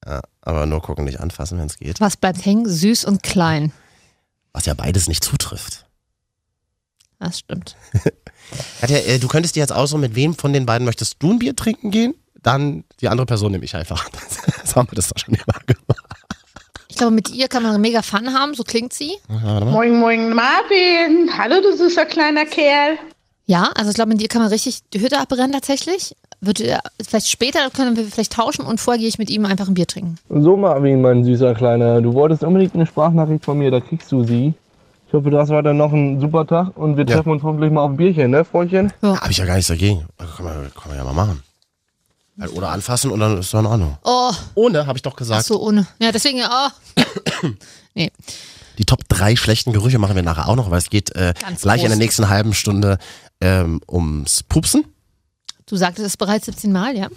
[SPEAKER 2] Ja, aber nur gucken, nicht anfassen, wenn es geht.
[SPEAKER 3] Was bleibt hängen? Süß und klein.
[SPEAKER 2] Was ja beides nicht zutrifft.
[SPEAKER 3] Das stimmt.
[SPEAKER 2] Katja, äh, du könntest dir jetzt aussuchen, mit wem von den beiden möchtest du ein Bier trinken gehen? Dann die andere Person nehme ich einfach. So haben wir das doch schon immer gemacht.
[SPEAKER 3] Ich glaube, mit ihr kann man mega Fun haben, so klingt sie.
[SPEAKER 7] Moin, moin, Marvin. Hallo, du süßer kleiner Kerl.
[SPEAKER 3] Ja, also ich glaube, mit ihr kann man richtig die Hütte abbrennen tatsächlich. Wird, äh, vielleicht später können wir vielleicht tauschen und vorher gehe ich mit ihm einfach ein Bier trinken.
[SPEAKER 8] So, Marvin, mein süßer Kleiner, du wolltest unbedingt eine Sprachnachricht von mir, da kriegst du sie. Ich hoffe, du hast heute noch einen super Tag und wir
[SPEAKER 2] Ja.
[SPEAKER 8] treffen uns hoffentlich mal auf ein Bierchen, ne, Freundchen?
[SPEAKER 2] Habe ich ja gar nichts dagegen. Also Kann man, kann man ja mal machen. Also, Oder anfassen und dann ist doch in Ordnung.
[SPEAKER 3] Oh,
[SPEAKER 2] Ohne, habe ich doch gesagt.
[SPEAKER 3] so ohne. Ja, deswegen, oh. nee.
[SPEAKER 2] Die Top 3 schlechten Gerüche machen wir nachher auch noch, weil es geht äh,
[SPEAKER 3] Ganz
[SPEAKER 2] gleich in
[SPEAKER 3] groß.
[SPEAKER 2] der nächsten halben Stunde ähm, ums Pupsen.
[SPEAKER 3] Du sagtest es bereits 17 Mal, ja.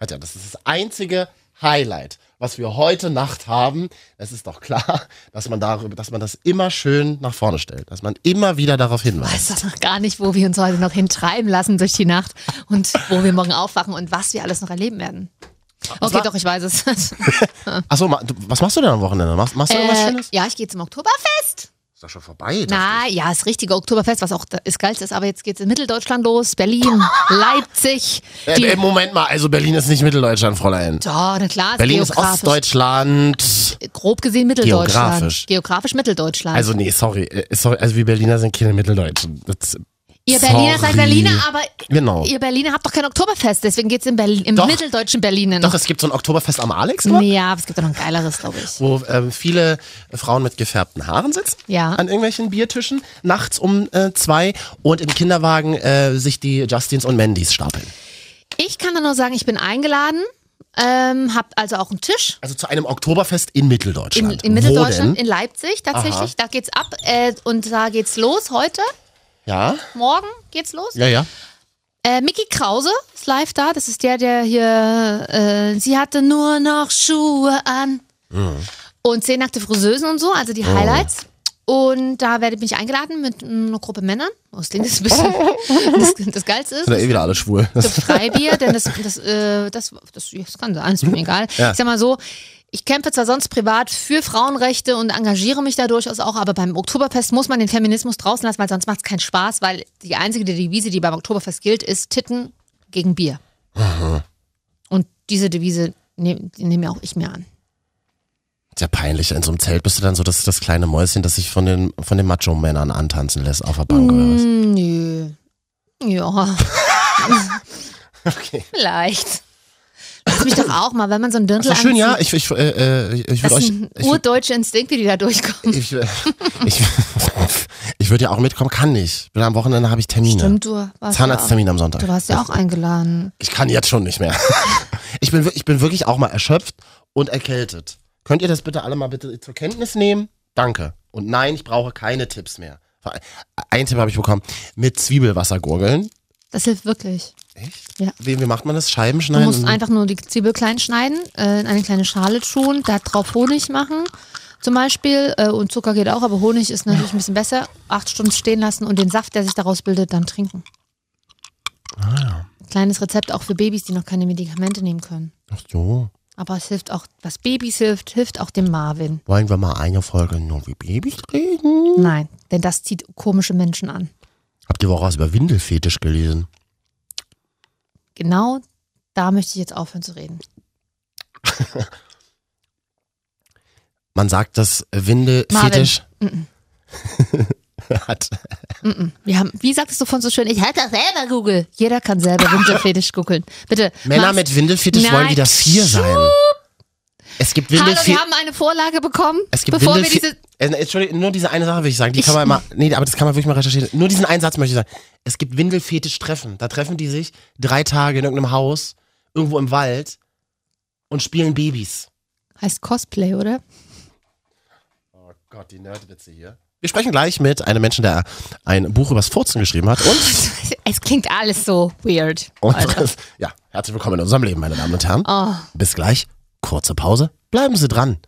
[SPEAKER 2] Katja, das ist das einzige Highlight, was wir heute Nacht haben. Es ist doch klar, dass man, darüber, dass man das immer schön nach vorne stellt, dass man immer wieder darauf hinweist.
[SPEAKER 3] Weiß doch noch gar nicht, wo wir uns heute noch hintreiben lassen durch die Nacht und wo wir morgen aufwachen und was wir alles noch erleben werden. Okay,
[SPEAKER 2] war-
[SPEAKER 3] doch, ich weiß es.
[SPEAKER 2] Achso, ma, du, was machst du denn am Wochenende? Machst, machst du irgendwas
[SPEAKER 3] äh,
[SPEAKER 2] Schönes?
[SPEAKER 3] ja, ich gehe zum Oktoberfest.
[SPEAKER 2] Ist doch schon vorbei.
[SPEAKER 3] Na, ja, das richtige Oktoberfest, was auch da- das Geilste ist. Aber jetzt geht's in Mitteldeutschland los, Berlin, Leipzig.
[SPEAKER 2] Äh,
[SPEAKER 3] Die,
[SPEAKER 2] äh, Moment mal, also Berlin ist nicht Mitteldeutschland, Fräulein.
[SPEAKER 3] Doch, na klar, ist
[SPEAKER 2] Berlin ist
[SPEAKER 3] geografisch.
[SPEAKER 2] Ostdeutschland.
[SPEAKER 3] Grob gesehen Mitteldeutschland.
[SPEAKER 2] Geografisch.
[SPEAKER 3] Geografisch Mitteldeutschland.
[SPEAKER 2] Also nee, sorry. äh, sorry. Also wir Berliner sind keine Mitteldeutschen. Das,
[SPEAKER 3] ihr Berliner seid
[SPEAKER 2] sorry.
[SPEAKER 3] Berliner, aber
[SPEAKER 2] Genau.
[SPEAKER 3] ihr Berliner habt doch kein Oktoberfest. Deswegen geht's in Berlin, im
[SPEAKER 2] Doch.
[SPEAKER 3] mitteldeutschen Berlin.
[SPEAKER 2] Doch, es gibt so ein Oktoberfest am Alex, oder?
[SPEAKER 3] ja, aber es gibt doch noch ein geileres, glaube ich.
[SPEAKER 2] wo ähm, viele Frauen mit gefärbten Haaren sitzen.
[SPEAKER 3] Ja.
[SPEAKER 2] An irgendwelchen Biertischen, nachts um äh, zwei und im Kinderwagen äh, sich die Justins und Mandys stapeln.
[SPEAKER 3] Ich kann da nur sagen, ich bin eingeladen, ähm, hab also auch einen Tisch
[SPEAKER 2] Also zu einem Oktoberfest in
[SPEAKER 3] in,
[SPEAKER 2] Mitteldeutschland.
[SPEAKER 3] in
[SPEAKER 2] Wo
[SPEAKER 3] Mitteldeutschland,
[SPEAKER 2] denn?
[SPEAKER 3] in Leipzig tatsächlich.
[SPEAKER 2] Aha.
[SPEAKER 3] Da geht's ab äh, und da geht's los heute,
[SPEAKER 2] ja,
[SPEAKER 3] morgen geht's los.
[SPEAKER 2] ja, ja.
[SPEAKER 3] Äh, Mickey Krause ist live da, das ist der, der hier, äh, sie hatte nur noch Schuhe an. Und zehn nackte Friseusen und so, also die Highlights. Und da werde ich mich eingeladen mit einer Gruppe Männern. Oh, das klingt jetzt ein bisschen, das, das Geilste ist,
[SPEAKER 2] Sind ja eh wieder alle schwul. Das,
[SPEAKER 3] für Freibier, denn das, das, äh, das, das, das kann sein, ist mir egal.
[SPEAKER 2] Mhm. Ja.
[SPEAKER 3] Ich sag mal so, ich kämpfe zwar sonst privat für Frauenrechte und engagiere mich da durchaus auch, aber beim Oktoberfest muss man den Feminismus draußen lassen, weil sonst macht es keinen Spaß, weil die einzige Devise, die beim Oktoberfest gilt, ist Titten gegen Bier. Und diese Devise nehm- die nehme ja auch ich mir an.
[SPEAKER 2] ist ja peinlich. In so einem Zelt bist du dann so das, das kleine Mäuschen, das sich von den, von den Macho-Männern antanzen lässt auf der Bank oder was.
[SPEAKER 3] Hm, Nö. Ja.
[SPEAKER 2] Okay.
[SPEAKER 3] Vielleicht. Lass mich doch auch mal, wenn man so ein Dirndl
[SPEAKER 2] So schön, ja.
[SPEAKER 3] anzieht.
[SPEAKER 2] Ich, ich, äh, äh, ich
[SPEAKER 3] Das
[SPEAKER 2] würde euch.
[SPEAKER 3] sind
[SPEAKER 2] Ich, würd-
[SPEAKER 3] Mhm. urdeutsche Instinkte, die da durchkommen.
[SPEAKER 2] ich, äh, ich, ich würde ja auch mitkommen, kann nicht. Bin am Wochenende habe ich Termine.
[SPEAKER 3] Stimmt, du warst
[SPEAKER 2] Zahnarzttermin am Sonntag.
[SPEAKER 3] Ja auch, du warst ja auch eingeladen.
[SPEAKER 2] Ich kann jetzt schon nicht mehr. ich, bin, wir- ich bin wirklich auch mal erschöpft und erkältet. Könnt ihr das bitte alle mal bitte zur Kenntnis nehmen? Danke. Und nein, ich brauche keine Tipps mehr. Ein Tipp habe ich bekommen. Mit Zwiebelwasser gurgeln.
[SPEAKER 3] Das hilft wirklich.
[SPEAKER 2] Echt?
[SPEAKER 3] Ja.
[SPEAKER 2] Wie, wie macht man das? Scheiben
[SPEAKER 3] Du
[SPEAKER 2] schneiden?
[SPEAKER 3] musst
[SPEAKER 2] und-
[SPEAKER 3] einfach nur die Zwiebel klein schneiden, äh, in eine kleine Schale tun, da drauf Honig machen zum Beispiel. Äh, und Zucker geht auch, aber Honig ist natürlich ein bisschen besser. Acht Stunden stehen lassen und den Saft, der sich daraus bildet, dann trinken.
[SPEAKER 2] Ah.
[SPEAKER 3] Kleines Rezept auch für Babys, die noch keine Medikamente nehmen können.
[SPEAKER 2] Ach so.
[SPEAKER 3] Aber es hilft auch, was Babys hilft, hilft auch dem Marvin.
[SPEAKER 2] Wollen wir mal eine Folge nur wie Babys reden?
[SPEAKER 3] Nein, denn das zieht komische Menschen an.
[SPEAKER 2] Habt ihr Woche was über Windelfetisch gelesen?
[SPEAKER 3] Genau da möchte ich jetzt aufhören zu reden.
[SPEAKER 2] Man sagt, dass Windelfetisch hat.
[SPEAKER 3] Wir haben, wie sagtest du von so schön, ich halt das selber Google. Jeder kann selber Winterfetisch googeln. Bitte.
[SPEAKER 2] Männer
[SPEAKER 3] Max.
[SPEAKER 2] mit Windelfetisch wollen
[SPEAKER 3] Nein.
[SPEAKER 2] wieder vier sein. Es gibt
[SPEAKER 3] Hallo,
[SPEAKER 2] Windelfetisch.
[SPEAKER 3] wir haben eine Vorlage bekommen.
[SPEAKER 2] Es gibt
[SPEAKER 3] bevor wir
[SPEAKER 2] Windelfe-
[SPEAKER 3] diese.
[SPEAKER 2] Äh, Entschuldigung, nur diese eine Sache will ich sagen. Die kann
[SPEAKER 3] Ich-
[SPEAKER 2] man mal. Nee, aber das kann man wirklich mal recherchieren. Nur diesen einen Satz möchte ich sagen. Es gibt Windelfetisch-Treffen. Da treffen die sich drei Tage in irgendeinem Haus, irgendwo im Wald und spielen Babys.
[SPEAKER 3] Heißt Cosplay, oder?
[SPEAKER 2] Oh Gott, die Nerdwitze hier. Wir sprechen gleich mit einem Menschen, der ein Buch übers Furzen geschrieben hat. Und,
[SPEAKER 3] Es klingt alles so weird. Alter.
[SPEAKER 2] und ja, herzlich willkommen in unserem Leben, meine Damen und Herren.
[SPEAKER 3] Oh,
[SPEAKER 2] Bis gleich. Kurze Pause. Bleiben Sie dran.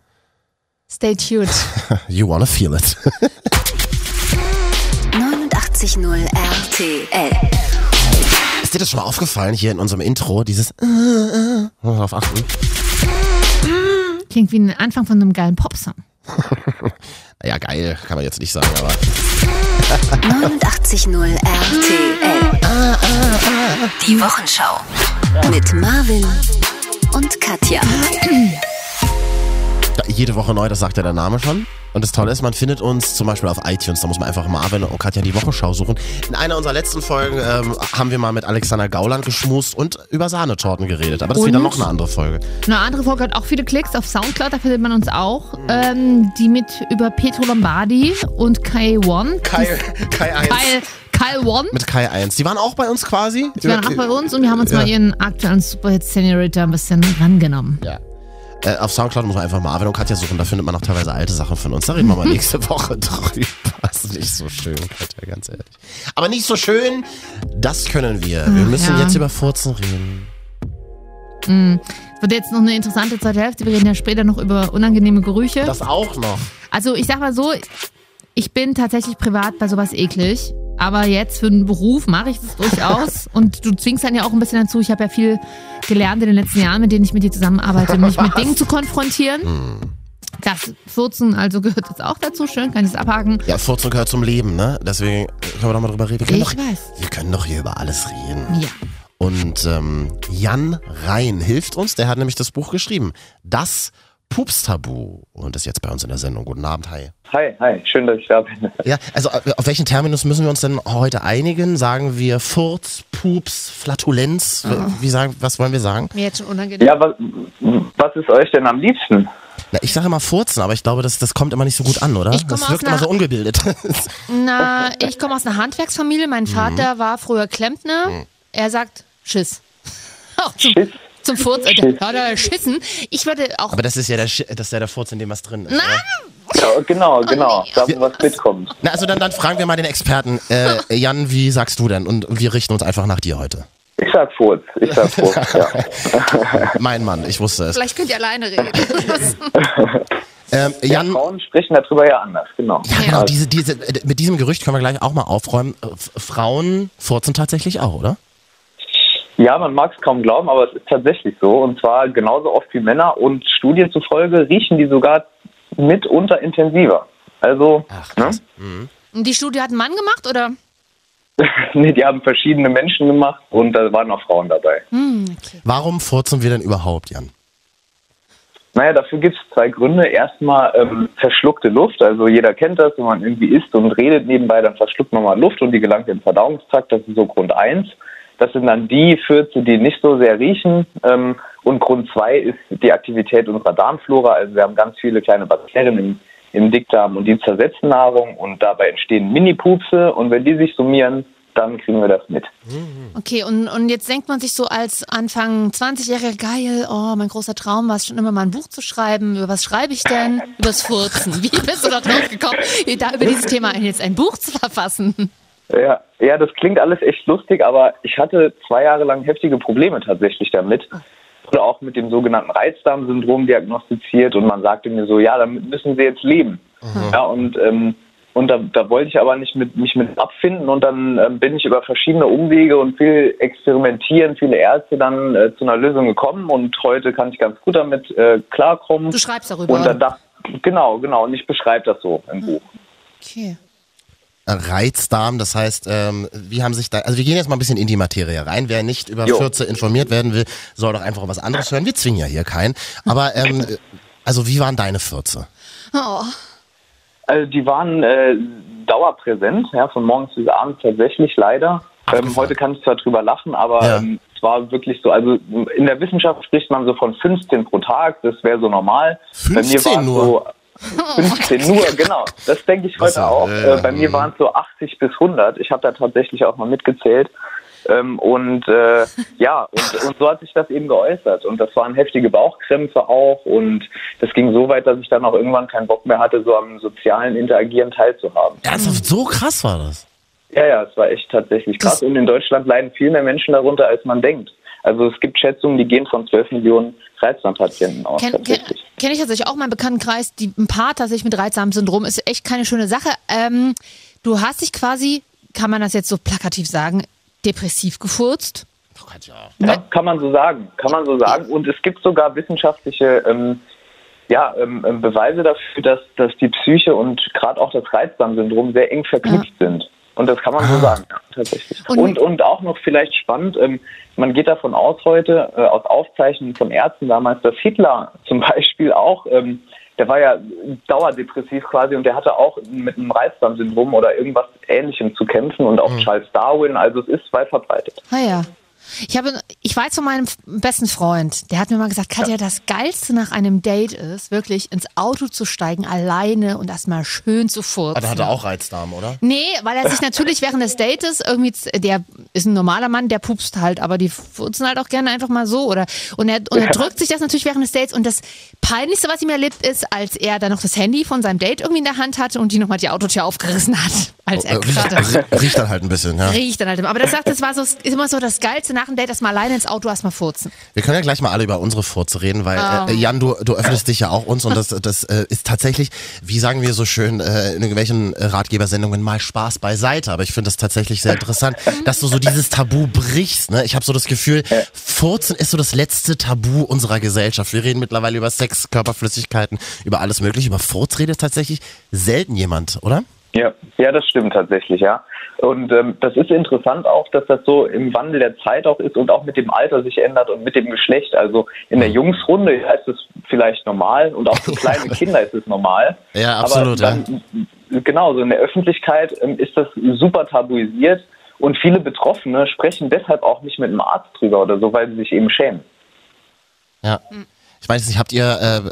[SPEAKER 3] stay tuned.
[SPEAKER 2] You wanna feel it.
[SPEAKER 1] 89.0 RTL.
[SPEAKER 2] Ist dir das schon mal aufgefallen hier in unserem Intro? Dieses. äh, Muss man drauf achten.
[SPEAKER 3] Klingt wie ein Anfang von einem geilen Popsong.
[SPEAKER 2] Ja, geil, kann man jetzt nicht sagen, aber.
[SPEAKER 1] 89.0 RTL. Die Wochenschau. Mit Marvin und Katja.
[SPEAKER 2] Da jede Woche neu, das sagt ja der Name schon. Und das Tolle ist, man findet uns zum Beispiel auf iTunes, da muss man einfach Marvin und Katja die Wochenschau suchen. In einer unserer letzten Folgen ähm, haben wir mal mit Alexander Gauland geschmust und über Sahnetorten geredet. Aber das ist wieder
[SPEAKER 3] Und?
[SPEAKER 2] noch eine andere Folge.
[SPEAKER 3] Eine andere Folge hat auch viele Klicks auf Soundcloud, da findet man uns auch. Ähm, die mit über Petro Lombardi und Kai One.
[SPEAKER 2] Kai, Kai 1.
[SPEAKER 3] Kyle, Kyle One.
[SPEAKER 2] Mit Kai 1. Die waren auch bei uns quasi.
[SPEAKER 3] Die waren auch bei uns und wir haben uns
[SPEAKER 2] Ja.
[SPEAKER 3] mal ihren aktuellen Superhit Senorita ein bisschen rangenommen.
[SPEAKER 2] Ja. Äh, auf Soundcloud muss man einfach Marvin und Katja suchen, da findet man auch teilweise alte Sachen von uns. Da reden wir mal nächste Woche drüber. Das ist nicht so schön, Katja, ganz ehrlich. Aber nicht so schön, das können wir. Wir müssen
[SPEAKER 3] Hm, ja.
[SPEAKER 2] jetzt über Furzen reden.
[SPEAKER 3] Wird jetzt noch eine interessante zweite Hälfte. Wir reden ja später noch über unangenehme Gerüche.
[SPEAKER 2] Das auch noch.
[SPEAKER 3] Also ich sag mal so, ich bin tatsächlich privat bei sowas eklig. Aber jetzt für einen Beruf mache ich das durchaus. Und du zwingst dann ja auch ein bisschen dazu. Ich habe ja viel gelernt in den letzten Jahren, mit denen ich mit dir zusammenarbeite, mich mit Dingen zu konfrontieren.
[SPEAKER 2] Hm.
[SPEAKER 3] Das Furzen also gehört jetzt auch dazu. Schön, kann ich es abhaken.
[SPEAKER 2] Ja, Furzen gehört zum Leben, ne? Deswegen können wir doch mal drüber reden. Wir können,
[SPEAKER 3] Ich
[SPEAKER 2] doch,
[SPEAKER 3] weiß.
[SPEAKER 2] wir können doch hier über alles reden.
[SPEAKER 3] Ja.
[SPEAKER 2] Und ähm, Jan Rhein hilft uns, der hat nämlich das Buch geschrieben. Das Pupstabu. Und ist jetzt bei uns in der Sendung. Guten Abend, hi.
[SPEAKER 9] Hi, hi, schön, dass ich da bin.
[SPEAKER 2] Ja, also äh, auf welchen Terminus müssen wir uns denn heute einigen? Sagen wir Furz, Pups, Flatulenz? Wie sagen, was wollen wir sagen?
[SPEAKER 3] Mir jetzt schon unangenehm.
[SPEAKER 9] Ja, was, was ist euch denn am liebsten?
[SPEAKER 2] Na, ich sage immer Furzen, aber ich glaube, das, das kommt immer nicht so gut an, oder?
[SPEAKER 3] Ich komme
[SPEAKER 2] das
[SPEAKER 3] aus
[SPEAKER 2] wirkt
[SPEAKER 3] einer-
[SPEAKER 2] immer so ungebildet.
[SPEAKER 3] Na, ich komme aus einer Handwerksfamilie. Mein Vater war früher Klempner. Er sagt Schiss. Auch zum,
[SPEAKER 9] Schiss?
[SPEAKER 3] zum Furz. Alter. Ja, da Schissen. Ich würde auch.
[SPEAKER 2] aber das ist ja der, Sch- das ist ja der Furz, in dem was drin ist. Nein!
[SPEAKER 9] Ja, genau, genau, da wo was mitkommt.
[SPEAKER 2] Na, also dann, dann fragen wir mal den Experten. Äh, Jan, wie sagst du denn? Und wir richten uns einfach nach dir heute.
[SPEAKER 9] Ich sag Furz, ich sag Furz, ja.
[SPEAKER 2] Mein Mann, ich wusste es.
[SPEAKER 3] Vielleicht könnt ihr alleine reden.
[SPEAKER 2] Ähm, Jan,
[SPEAKER 9] Frauen sprechen darüber ja anders, genau.
[SPEAKER 2] ja, genau,
[SPEAKER 9] Also,
[SPEAKER 2] diese, diese, äh, mit diesem Gerücht können wir gleich auch mal aufräumen. Äh, F- Frauen furzen tatsächlich auch, oder?
[SPEAKER 9] ja, man mag es kaum glauben, aber es ist tatsächlich so. Und zwar genauso oft wie Männer und Studien zufolge riechen die sogar mitunter intensiver. Also, ne?
[SPEAKER 3] Und die Studie hat ein Mann gemacht, oder?
[SPEAKER 9] nee, die haben verschiedene Menschen gemacht und da waren auch Frauen dabei.
[SPEAKER 3] Hm,
[SPEAKER 2] Warum furzen wir denn überhaupt, Jan?
[SPEAKER 9] Naja, dafür gibt es zwei Gründe. Erstmal ähm, verschluckte Luft. Also jeder kennt das, wenn man irgendwie isst und redet nebenbei, dann verschluckt man mal Luft und die gelangt in den Verdauungstrakt. Das ist so Grund eins. Das sind dann die Fürze, die nicht so sehr riechen. Ähm, und Grund zwei ist die Aktivität unserer Darmflora. Also wir haben ganz viele kleine Bakterien im, im Dickdarm und die zersetzen Nahrung und dabei entstehen Mini-Pupse. Und wenn die sich summieren, dann kriegen wir das mit.
[SPEAKER 3] Okay, und, und jetzt denkt man sich so als Anfang 20-Jähriger, geil, oh, mein großer Traum war es schon immer mal ein Buch zu schreiben. Über was schreibe ich denn? Übers Furzen. Wie bist du da drauf gekommen, da über dieses Thema jetzt ein Buch zu verfassen?
[SPEAKER 9] Ja, ja, das klingt alles echt lustig, aber ich hatte zwei Jahre lang heftige Probleme tatsächlich damit. Oder auch mit dem sogenannten Reizdarmsyndrom diagnostiziert und man sagte mir so, ja, damit müssen sie jetzt leben.
[SPEAKER 3] Mhm.
[SPEAKER 9] Ja, und, ähm, und da, da wollte ich aber nicht mit, mich mit abfinden und dann ähm, bin ich über verschiedene Umwege und viel Experimentieren, viele Ärzte dann äh, zu einer Lösung gekommen und heute kann ich ganz gut damit äh, klarkommen.
[SPEAKER 3] Du schreibst darüber.
[SPEAKER 9] und dann dachte, genau, genau, und ich beschreibe das so im Buch.
[SPEAKER 3] Okay.
[SPEAKER 2] Äh, Reizdarm, das heißt, ähm, wie haben sich da, also wir gehen jetzt mal ein bisschen in die Materie rein. Wer nicht über
[SPEAKER 9] Jo.
[SPEAKER 2] Fürze informiert werden will, soll doch einfach was anderes hören. Wir zwingen ja hier keinen. Aber, ähm, äh, also wie waren deine Fürze?
[SPEAKER 3] Oh.
[SPEAKER 9] Also die waren äh, dauerpräsent, ja, von morgens bis abends tatsächlich leider. Ähm, heute kann ich zwar drüber lachen, aber
[SPEAKER 2] Ja.
[SPEAKER 9] ähm, es war wirklich so, also in der Wissenschaft spricht man so von 15 pro Tag, das wäre so normal.
[SPEAKER 2] 15
[SPEAKER 9] Bei mir
[SPEAKER 2] nur?
[SPEAKER 9] waren so 15 nur, genau. Das denke ich heute
[SPEAKER 2] ja,
[SPEAKER 9] auch.
[SPEAKER 2] ja,
[SPEAKER 9] äh, bei mir waren es so 80 bis 100. Ich habe da tatsächlich auch mal mitgezählt. Ähm, und äh, ja, und, und so hat sich das eben geäußert. Und das waren heftige Bauchkrämpfe auch. Und das ging so weit, dass ich dann auch irgendwann keinen Bock mehr hatte, so am sozialen Interagieren teilzuhaben.
[SPEAKER 2] Ernsthaft, so krass war das.
[SPEAKER 9] Ja, ja, es war echt tatsächlich krass. Und in Deutschland leiden viel mehr Menschen darunter, als man denkt. Also es gibt Schätzungen, die gehen von 12 Millionen Reizdarmpatienten aus.
[SPEAKER 3] Kenne kenn,
[SPEAKER 9] tatsächlich.
[SPEAKER 3] kenn ich tatsächlich auch meinen Bekanntenkreis. Die, ein Paar tatsächlich mit Reizdarmsyndrom ist echt keine schöne Sache. Ähm, du hast dich quasi, kann man das jetzt so plakativ sagen, depressiv gefurzt.
[SPEAKER 9] Ja, kann man so sagen, kann man so sagen. Und es gibt sogar wissenschaftliche ähm, ja, ähm, ähm, Beweise dafür, dass, dass die Psyche und gerade auch das Reizdarmsyndrom sehr eng verknüpft sind. Und das kann man so sagen, ja, tatsächlich.
[SPEAKER 3] Und-
[SPEAKER 9] Und, und, auch noch vielleicht spannend, ähm, man geht davon aus heute, äh, aus Aufzeichnungen von Ärzten damals, dass Hitler zum Beispiel auch ähm, der war ja dauerdepressiv quasi und der hatte auch mit einem Reizdarmsyndrom oder irgendwas Ähnlichem zu kämpfen und auch Charles Darwin. Also es ist weit verbreitet.
[SPEAKER 3] Ah ja. Ich, habe, ich weiß von meinem besten Freund, der hat mir mal gesagt, Katja, das Geilste nach einem Date ist, wirklich ins Auto zu steigen, alleine und erstmal schön zu furzen.
[SPEAKER 2] Aber da hat er auch Reizdarm, oder?
[SPEAKER 3] Nee, weil er sich natürlich während des Dates irgendwie, z- der ist ein normaler Mann, der pupst halt, aber die furzen halt auch gerne einfach mal so, oder? Und er, und er drückt sich das natürlich während des Dates und das Peinlichste, was ihm erlebt ist, als er dann noch das Handy von seinem Date irgendwie in der Hand hatte und die nochmal die Autotür aufgerissen hat, als
[SPEAKER 2] Äh,
[SPEAKER 3] extra.
[SPEAKER 2] Riecht, riecht dann halt ein bisschen, ja.
[SPEAKER 3] Riecht dann halt immer. Aber das sagt, das war so, ist immer so das Geilste nach dem Date, dass mal alleine ins Auto erstmal furzen.
[SPEAKER 2] Wir können ja gleich mal alle über unsere Furze reden, weil äh, Jan, du, du öffnest dich ja auch uns und das, das äh, ist tatsächlich, wie sagen wir so schön äh, in irgendwelchen äh, Ratgebersendungen, mal Spaß beiseite. Aber ich finde das tatsächlich sehr interessant, dass du so dieses Tabu brichst. Ne? Ich habe so das Gefühl, Furzen ist so das letzte Tabu unserer Gesellschaft. Wir reden mittlerweile über Sex, Körperflüssigkeiten, über alles Mögliche. Über Furz redet tatsächlich selten jemand, oder?
[SPEAKER 9] Ja, ja, das stimmt tatsächlich, ja. Und ähm, das ist interessant auch, dass das so im Wandel der Zeit auch ist und auch mit dem Alter sich ändert und mit dem Geschlecht. Also in
[SPEAKER 2] Mhm.
[SPEAKER 9] der Jungsrunde ist es vielleicht normal und auch für kleine Kinder ist es normal.
[SPEAKER 2] Ja, absolut,
[SPEAKER 9] Aber dann, Genau, so in der Öffentlichkeit ähm, ist das super tabuisiert und viele Betroffene sprechen deshalb auch nicht mit einem Arzt drüber oder so, weil sie sich eben schämen.
[SPEAKER 2] Ja.
[SPEAKER 9] Mhm.
[SPEAKER 2] Ich weiß nicht, habt ihr,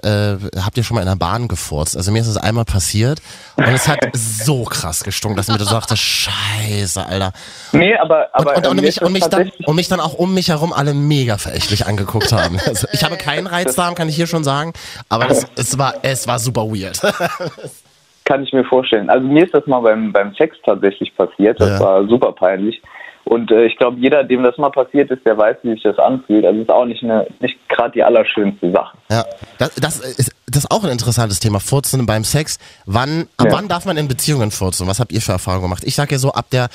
[SPEAKER 2] äh, äh, habt ihr schon mal in der Bahn gefurzt? Also mir ist es einmal passiert und es hat so krass gestunken, dass ich mir so dachte, scheiße, Alter.
[SPEAKER 9] Nee, aber,
[SPEAKER 2] Und,
[SPEAKER 9] aber
[SPEAKER 2] und, und,
[SPEAKER 9] ähm,
[SPEAKER 2] mich,
[SPEAKER 9] jetzt
[SPEAKER 2] und, mich
[SPEAKER 9] ist
[SPEAKER 2] dann,
[SPEAKER 9] tatsächlich-
[SPEAKER 2] und mich dann auch um mich herum alle mega verächtlich angeguckt haben. Also ich habe keinen Reizdarm, kann ich hier schon sagen, aber es, es, war, es war super weird.
[SPEAKER 9] Kann ich mir vorstellen. Also mir ist das mal beim, beim Sex tatsächlich passiert.
[SPEAKER 2] Ja.
[SPEAKER 9] Das war super peinlich. Und äh, ich glaube, jeder, dem das mal passiert ist, der weiß, wie sich das anfühlt. Also es ist auch nicht eine, nicht gerade die allerschönste Sache.
[SPEAKER 2] Ja, das, das, ist, das ist auch ein interessantes Thema, Furzen beim Sex. Wann, ab
[SPEAKER 9] Ja.
[SPEAKER 2] wann darf man in Beziehungen furzen? Was habt ihr für Erfahrungen gemacht? Ich sag ja so, ab der,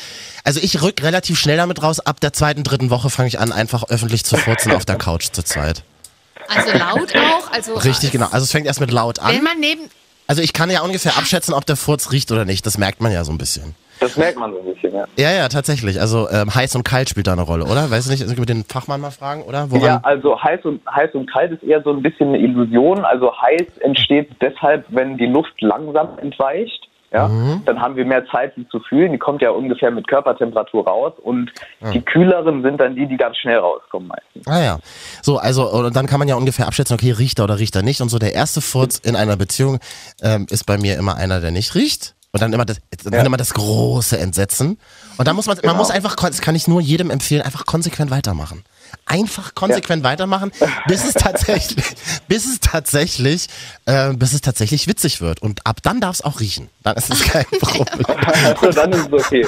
[SPEAKER 2] also ich rück relativ schnell damit raus, ab der zweiten, dritten Woche fange ich an, einfach öffentlich zu furzen auf der Couch zur Zeit.
[SPEAKER 3] Also laut auch. Also
[SPEAKER 2] Richtig, genau. Also es fängt erst mit laut
[SPEAKER 3] Wenn
[SPEAKER 2] an.
[SPEAKER 3] man neben.
[SPEAKER 2] Also ich kann ja ungefähr abschätzen, ob der Furz riecht oder nicht. Das merkt man ja so ein bisschen.
[SPEAKER 9] Das merkt man so ein bisschen, ja.
[SPEAKER 2] Ja, ja, tatsächlich. Also ähm, heiß und kalt spielt da eine Rolle, oder? Weiß nicht, also können wir den Fachmann mal fragen, oder? Woran?
[SPEAKER 9] Ja, also heiß und, heiß und kalt ist eher so ein bisschen eine Illusion. Also heiß entsteht deshalb, wenn die Luft langsam entweicht. Ja,
[SPEAKER 2] Mhm.
[SPEAKER 9] dann haben wir mehr Zeit, sie zu fühlen. Die kommt ja ungefähr mit Körpertemperatur raus und die kühleren sind dann die, die ganz schnell rauskommen meistens.
[SPEAKER 2] Ah ja. So, also und dann kann man ja ungefähr abschätzen, okay, riecht er oder riecht er nicht. Und so der erste Furz in einer Beziehung ähm, ist bei mir immer einer, der nicht riecht. Und dann immer das, dann immer das große Entsetzen. Und dann muss man, man muss einfach, kon- das kann ich nur jedem empfehlen, einfach konsequent weitermachen. Einfach konsequent weitermachen, bis es tatsächlich, bis es tatsächlich, äh, bis es tatsächlich witzig wird. Und ab dann darf es auch riechen. Dann ist es kein Problem.
[SPEAKER 9] Also dann ist es okay.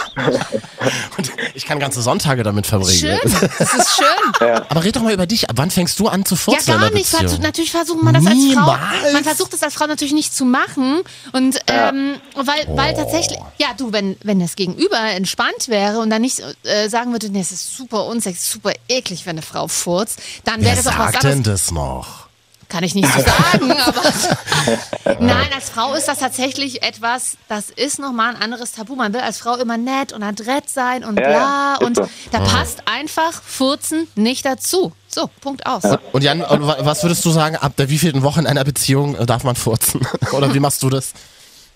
[SPEAKER 2] Und ich kann ganze Sonntage damit verbringen.
[SPEAKER 3] Schön. Das ist schön.
[SPEAKER 2] Aber red doch mal über dich. Ab wann fängst du an zu
[SPEAKER 3] Ja,
[SPEAKER 2] furzen?
[SPEAKER 3] gar
[SPEAKER 2] in der
[SPEAKER 3] nicht.
[SPEAKER 2] Beziehung?
[SPEAKER 3] Versuch- Natürlich versucht man das als Frau.
[SPEAKER 2] Niemals.
[SPEAKER 3] Man versucht das als Frau natürlich nicht zu machen. Und ähm, weil, weil tatsächlich, ja, du, wenn, wenn das Gegenüber entspannt wäre und dann nicht äh, sagen würde, nee, es ist super unsexy, super eklig, wenn eine Frau furzt, dann
[SPEAKER 2] Wer
[SPEAKER 3] wäre das auch was
[SPEAKER 2] sagt denn
[SPEAKER 3] anderes.
[SPEAKER 2] das noch?
[SPEAKER 3] Kann ich nicht so sagen, aber nein, als Frau ist das tatsächlich etwas, das ist nochmal ein anderes Tabu. Man will als Frau immer nett und adrett sein und
[SPEAKER 9] Ja,
[SPEAKER 3] bla
[SPEAKER 9] ja, ist
[SPEAKER 3] und
[SPEAKER 9] so.
[SPEAKER 3] da passt einfach Furzen nicht dazu. So, Punkt aus.
[SPEAKER 2] Und Jan, und wa- was würdest du sagen, ab der wievielten Woche in einer Beziehung äh, darf man furzen? Oder wie machst du das?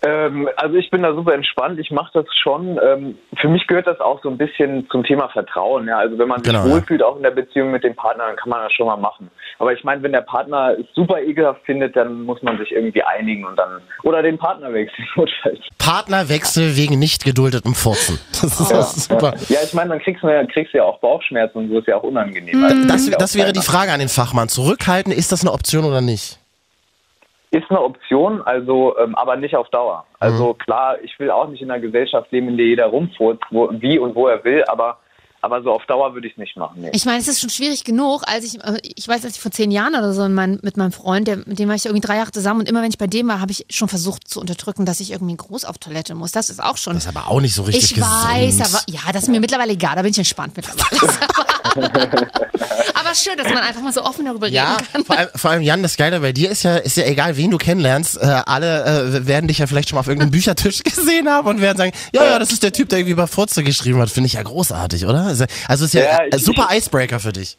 [SPEAKER 9] Ähm, also ich bin da super entspannt, ich mache das schon. Ähm, für mich gehört das auch so ein bisschen zum Thema Vertrauen. Ja? Also wenn man
[SPEAKER 2] Genau,
[SPEAKER 9] sich
[SPEAKER 2] ja.
[SPEAKER 9] wohlfühlt, auch in der Beziehung mit dem Partner, dann kann man das schon mal machen. Aber ich meine, wenn der Partner es super ekelhaft findet, dann muss man sich irgendwie einigen und dann oder den Partner wechseln. notfalls.
[SPEAKER 2] Partnerwechsel wegen nicht geduldetem Furzen. Das ist das ist super.
[SPEAKER 9] ja, ich meine, dann kriegst du ja, kriegst du ja auch Bauchschmerzen und so ist ja auch unangenehm. Also
[SPEAKER 2] Hm. Das,
[SPEAKER 3] Mhm.
[SPEAKER 9] ist ja
[SPEAKER 2] das
[SPEAKER 9] auch
[SPEAKER 2] wäre die
[SPEAKER 9] keiner.
[SPEAKER 2] Frage an den Fachmann. Zurückhalten, ist das eine Option oder nicht?
[SPEAKER 9] Ist eine Option, also ähm, aber nicht auf Dauer. Also
[SPEAKER 3] Mhm.
[SPEAKER 9] klar, ich will auch nicht in einer Gesellschaft leben, in der jeder rumfurzt, wo, wie und wo er will, aber, aber so auf Dauer würde ich es nicht machen. Nee.
[SPEAKER 3] Ich meine, es ist schon schwierig genug, als ich, äh, ich weiß, als ich vor zehn Jahren oder so in mein, mit meinem Freund, der, mit dem war ich irgendwie drei Jahre zusammen und immer wenn ich bei dem war, habe ich schon versucht zu unterdrücken, dass ich irgendwie groß auf Toilette muss. Das ist auch schon.
[SPEAKER 2] Das ist aber auch nicht so richtig
[SPEAKER 3] ich weiß,
[SPEAKER 2] gesund.
[SPEAKER 3] aber ja, das ist mir mittlerweile egal, da bin ich entspannt mittlerweile. aber schön, dass man einfach mal so offen darüber
[SPEAKER 2] ja,
[SPEAKER 3] reden kann.
[SPEAKER 2] vor allem, vor allem Jan, das Geile bei dir ist ja, ist ja egal, wen du kennenlernst, äh, alle äh, werden dich ja vielleicht schon mal auf irgendeinem Büchertisch gesehen haben und werden sagen, ja, ja, das ist der Typ, der irgendwie über Furze geschrieben hat. Finde ich ja großartig, oder? Also, also ist ja,
[SPEAKER 9] Ja,
[SPEAKER 2] äh,
[SPEAKER 9] ich-
[SPEAKER 2] super Icebreaker für dich.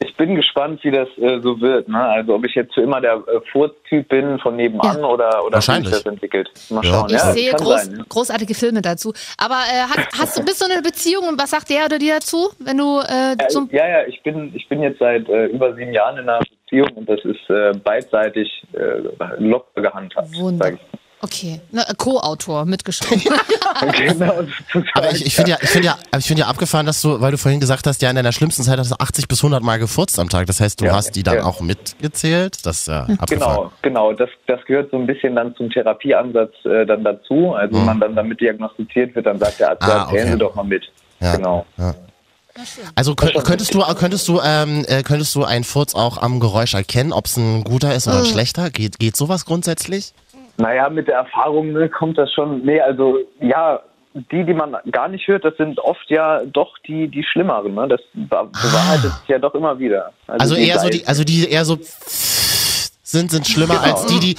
[SPEAKER 9] Ich bin gespannt, wie das äh, so wird. Ne? Also ob ich jetzt für immer der äh, Furztyp bin von nebenan
[SPEAKER 3] Ja.
[SPEAKER 9] oder, oder wie sich
[SPEAKER 2] Wahrscheinlich.
[SPEAKER 9] das entwickelt. Mal
[SPEAKER 2] Ja.
[SPEAKER 9] schauen.
[SPEAKER 3] Ich
[SPEAKER 9] ja,
[SPEAKER 3] sehe
[SPEAKER 9] kann
[SPEAKER 3] groß,
[SPEAKER 9] sein, ne?
[SPEAKER 3] großartige Filme dazu. Aber äh, hat, hast du, bist du in einer Beziehung und was sagt der oder die dazu, wenn du äh,
[SPEAKER 9] Ja,
[SPEAKER 3] zum.
[SPEAKER 9] ne? ja, ja, ich bin, ich bin jetzt seit äh, über sieben Jahren in einer Beziehung und das ist äh, beidseitig äh, locker gehandhabt.
[SPEAKER 3] Wunder.
[SPEAKER 9] sag ich.
[SPEAKER 3] Okay, Na, Co-Autor mitgeschrieben.
[SPEAKER 9] Genau, sozusagen.
[SPEAKER 2] Aber ich, ich finde ja, ich finde ja, aber ich finde ja abgefahren, dass du, weil du vorhin gesagt hast, ja, in deiner schlimmsten Zeit hast du 80 bis 100 Mal gefurzt am Tag. Das heißt, du
[SPEAKER 9] Ja,
[SPEAKER 2] hast die dann
[SPEAKER 9] ja.
[SPEAKER 2] auch mitgezählt. Das ist ja
[SPEAKER 3] Hm.
[SPEAKER 2] abgefahren.
[SPEAKER 9] Genau, genau. Das, das gehört so ein bisschen dann zum Therapieansatz äh, dann dazu. Also wenn man dann damit diagnostiziert wird, dann sagt der Arzt,
[SPEAKER 2] Mhm. Ah,
[SPEAKER 9] ah, zählen
[SPEAKER 2] okay.
[SPEAKER 9] Sie doch mal mit.
[SPEAKER 2] Ja.
[SPEAKER 9] Genau.
[SPEAKER 2] Ja. Also kö- könntest du, könntest du, ähm, äh, könntest du einen Furz auch am Geräusch erkennen, ob es ein guter ist
[SPEAKER 3] Äh.
[SPEAKER 2] oder ein schlechter? Geht, geht sowas grundsätzlich?
[SPEAKER 9] Naja, mit der Erfahrung ne, kommt das schon. Nee, also ja, die, die man gar nicht hört, das sind oft ja doch die, die schlimmeren. Ne? Das be- bewahrheitet sich ja doch immer wieder.
[SPEAKER 2] Ah. Also eher so
[SPEAKER 9] leisen.
[SPEAKER 2] die, also die eher so sind, sind schlimmer als die, die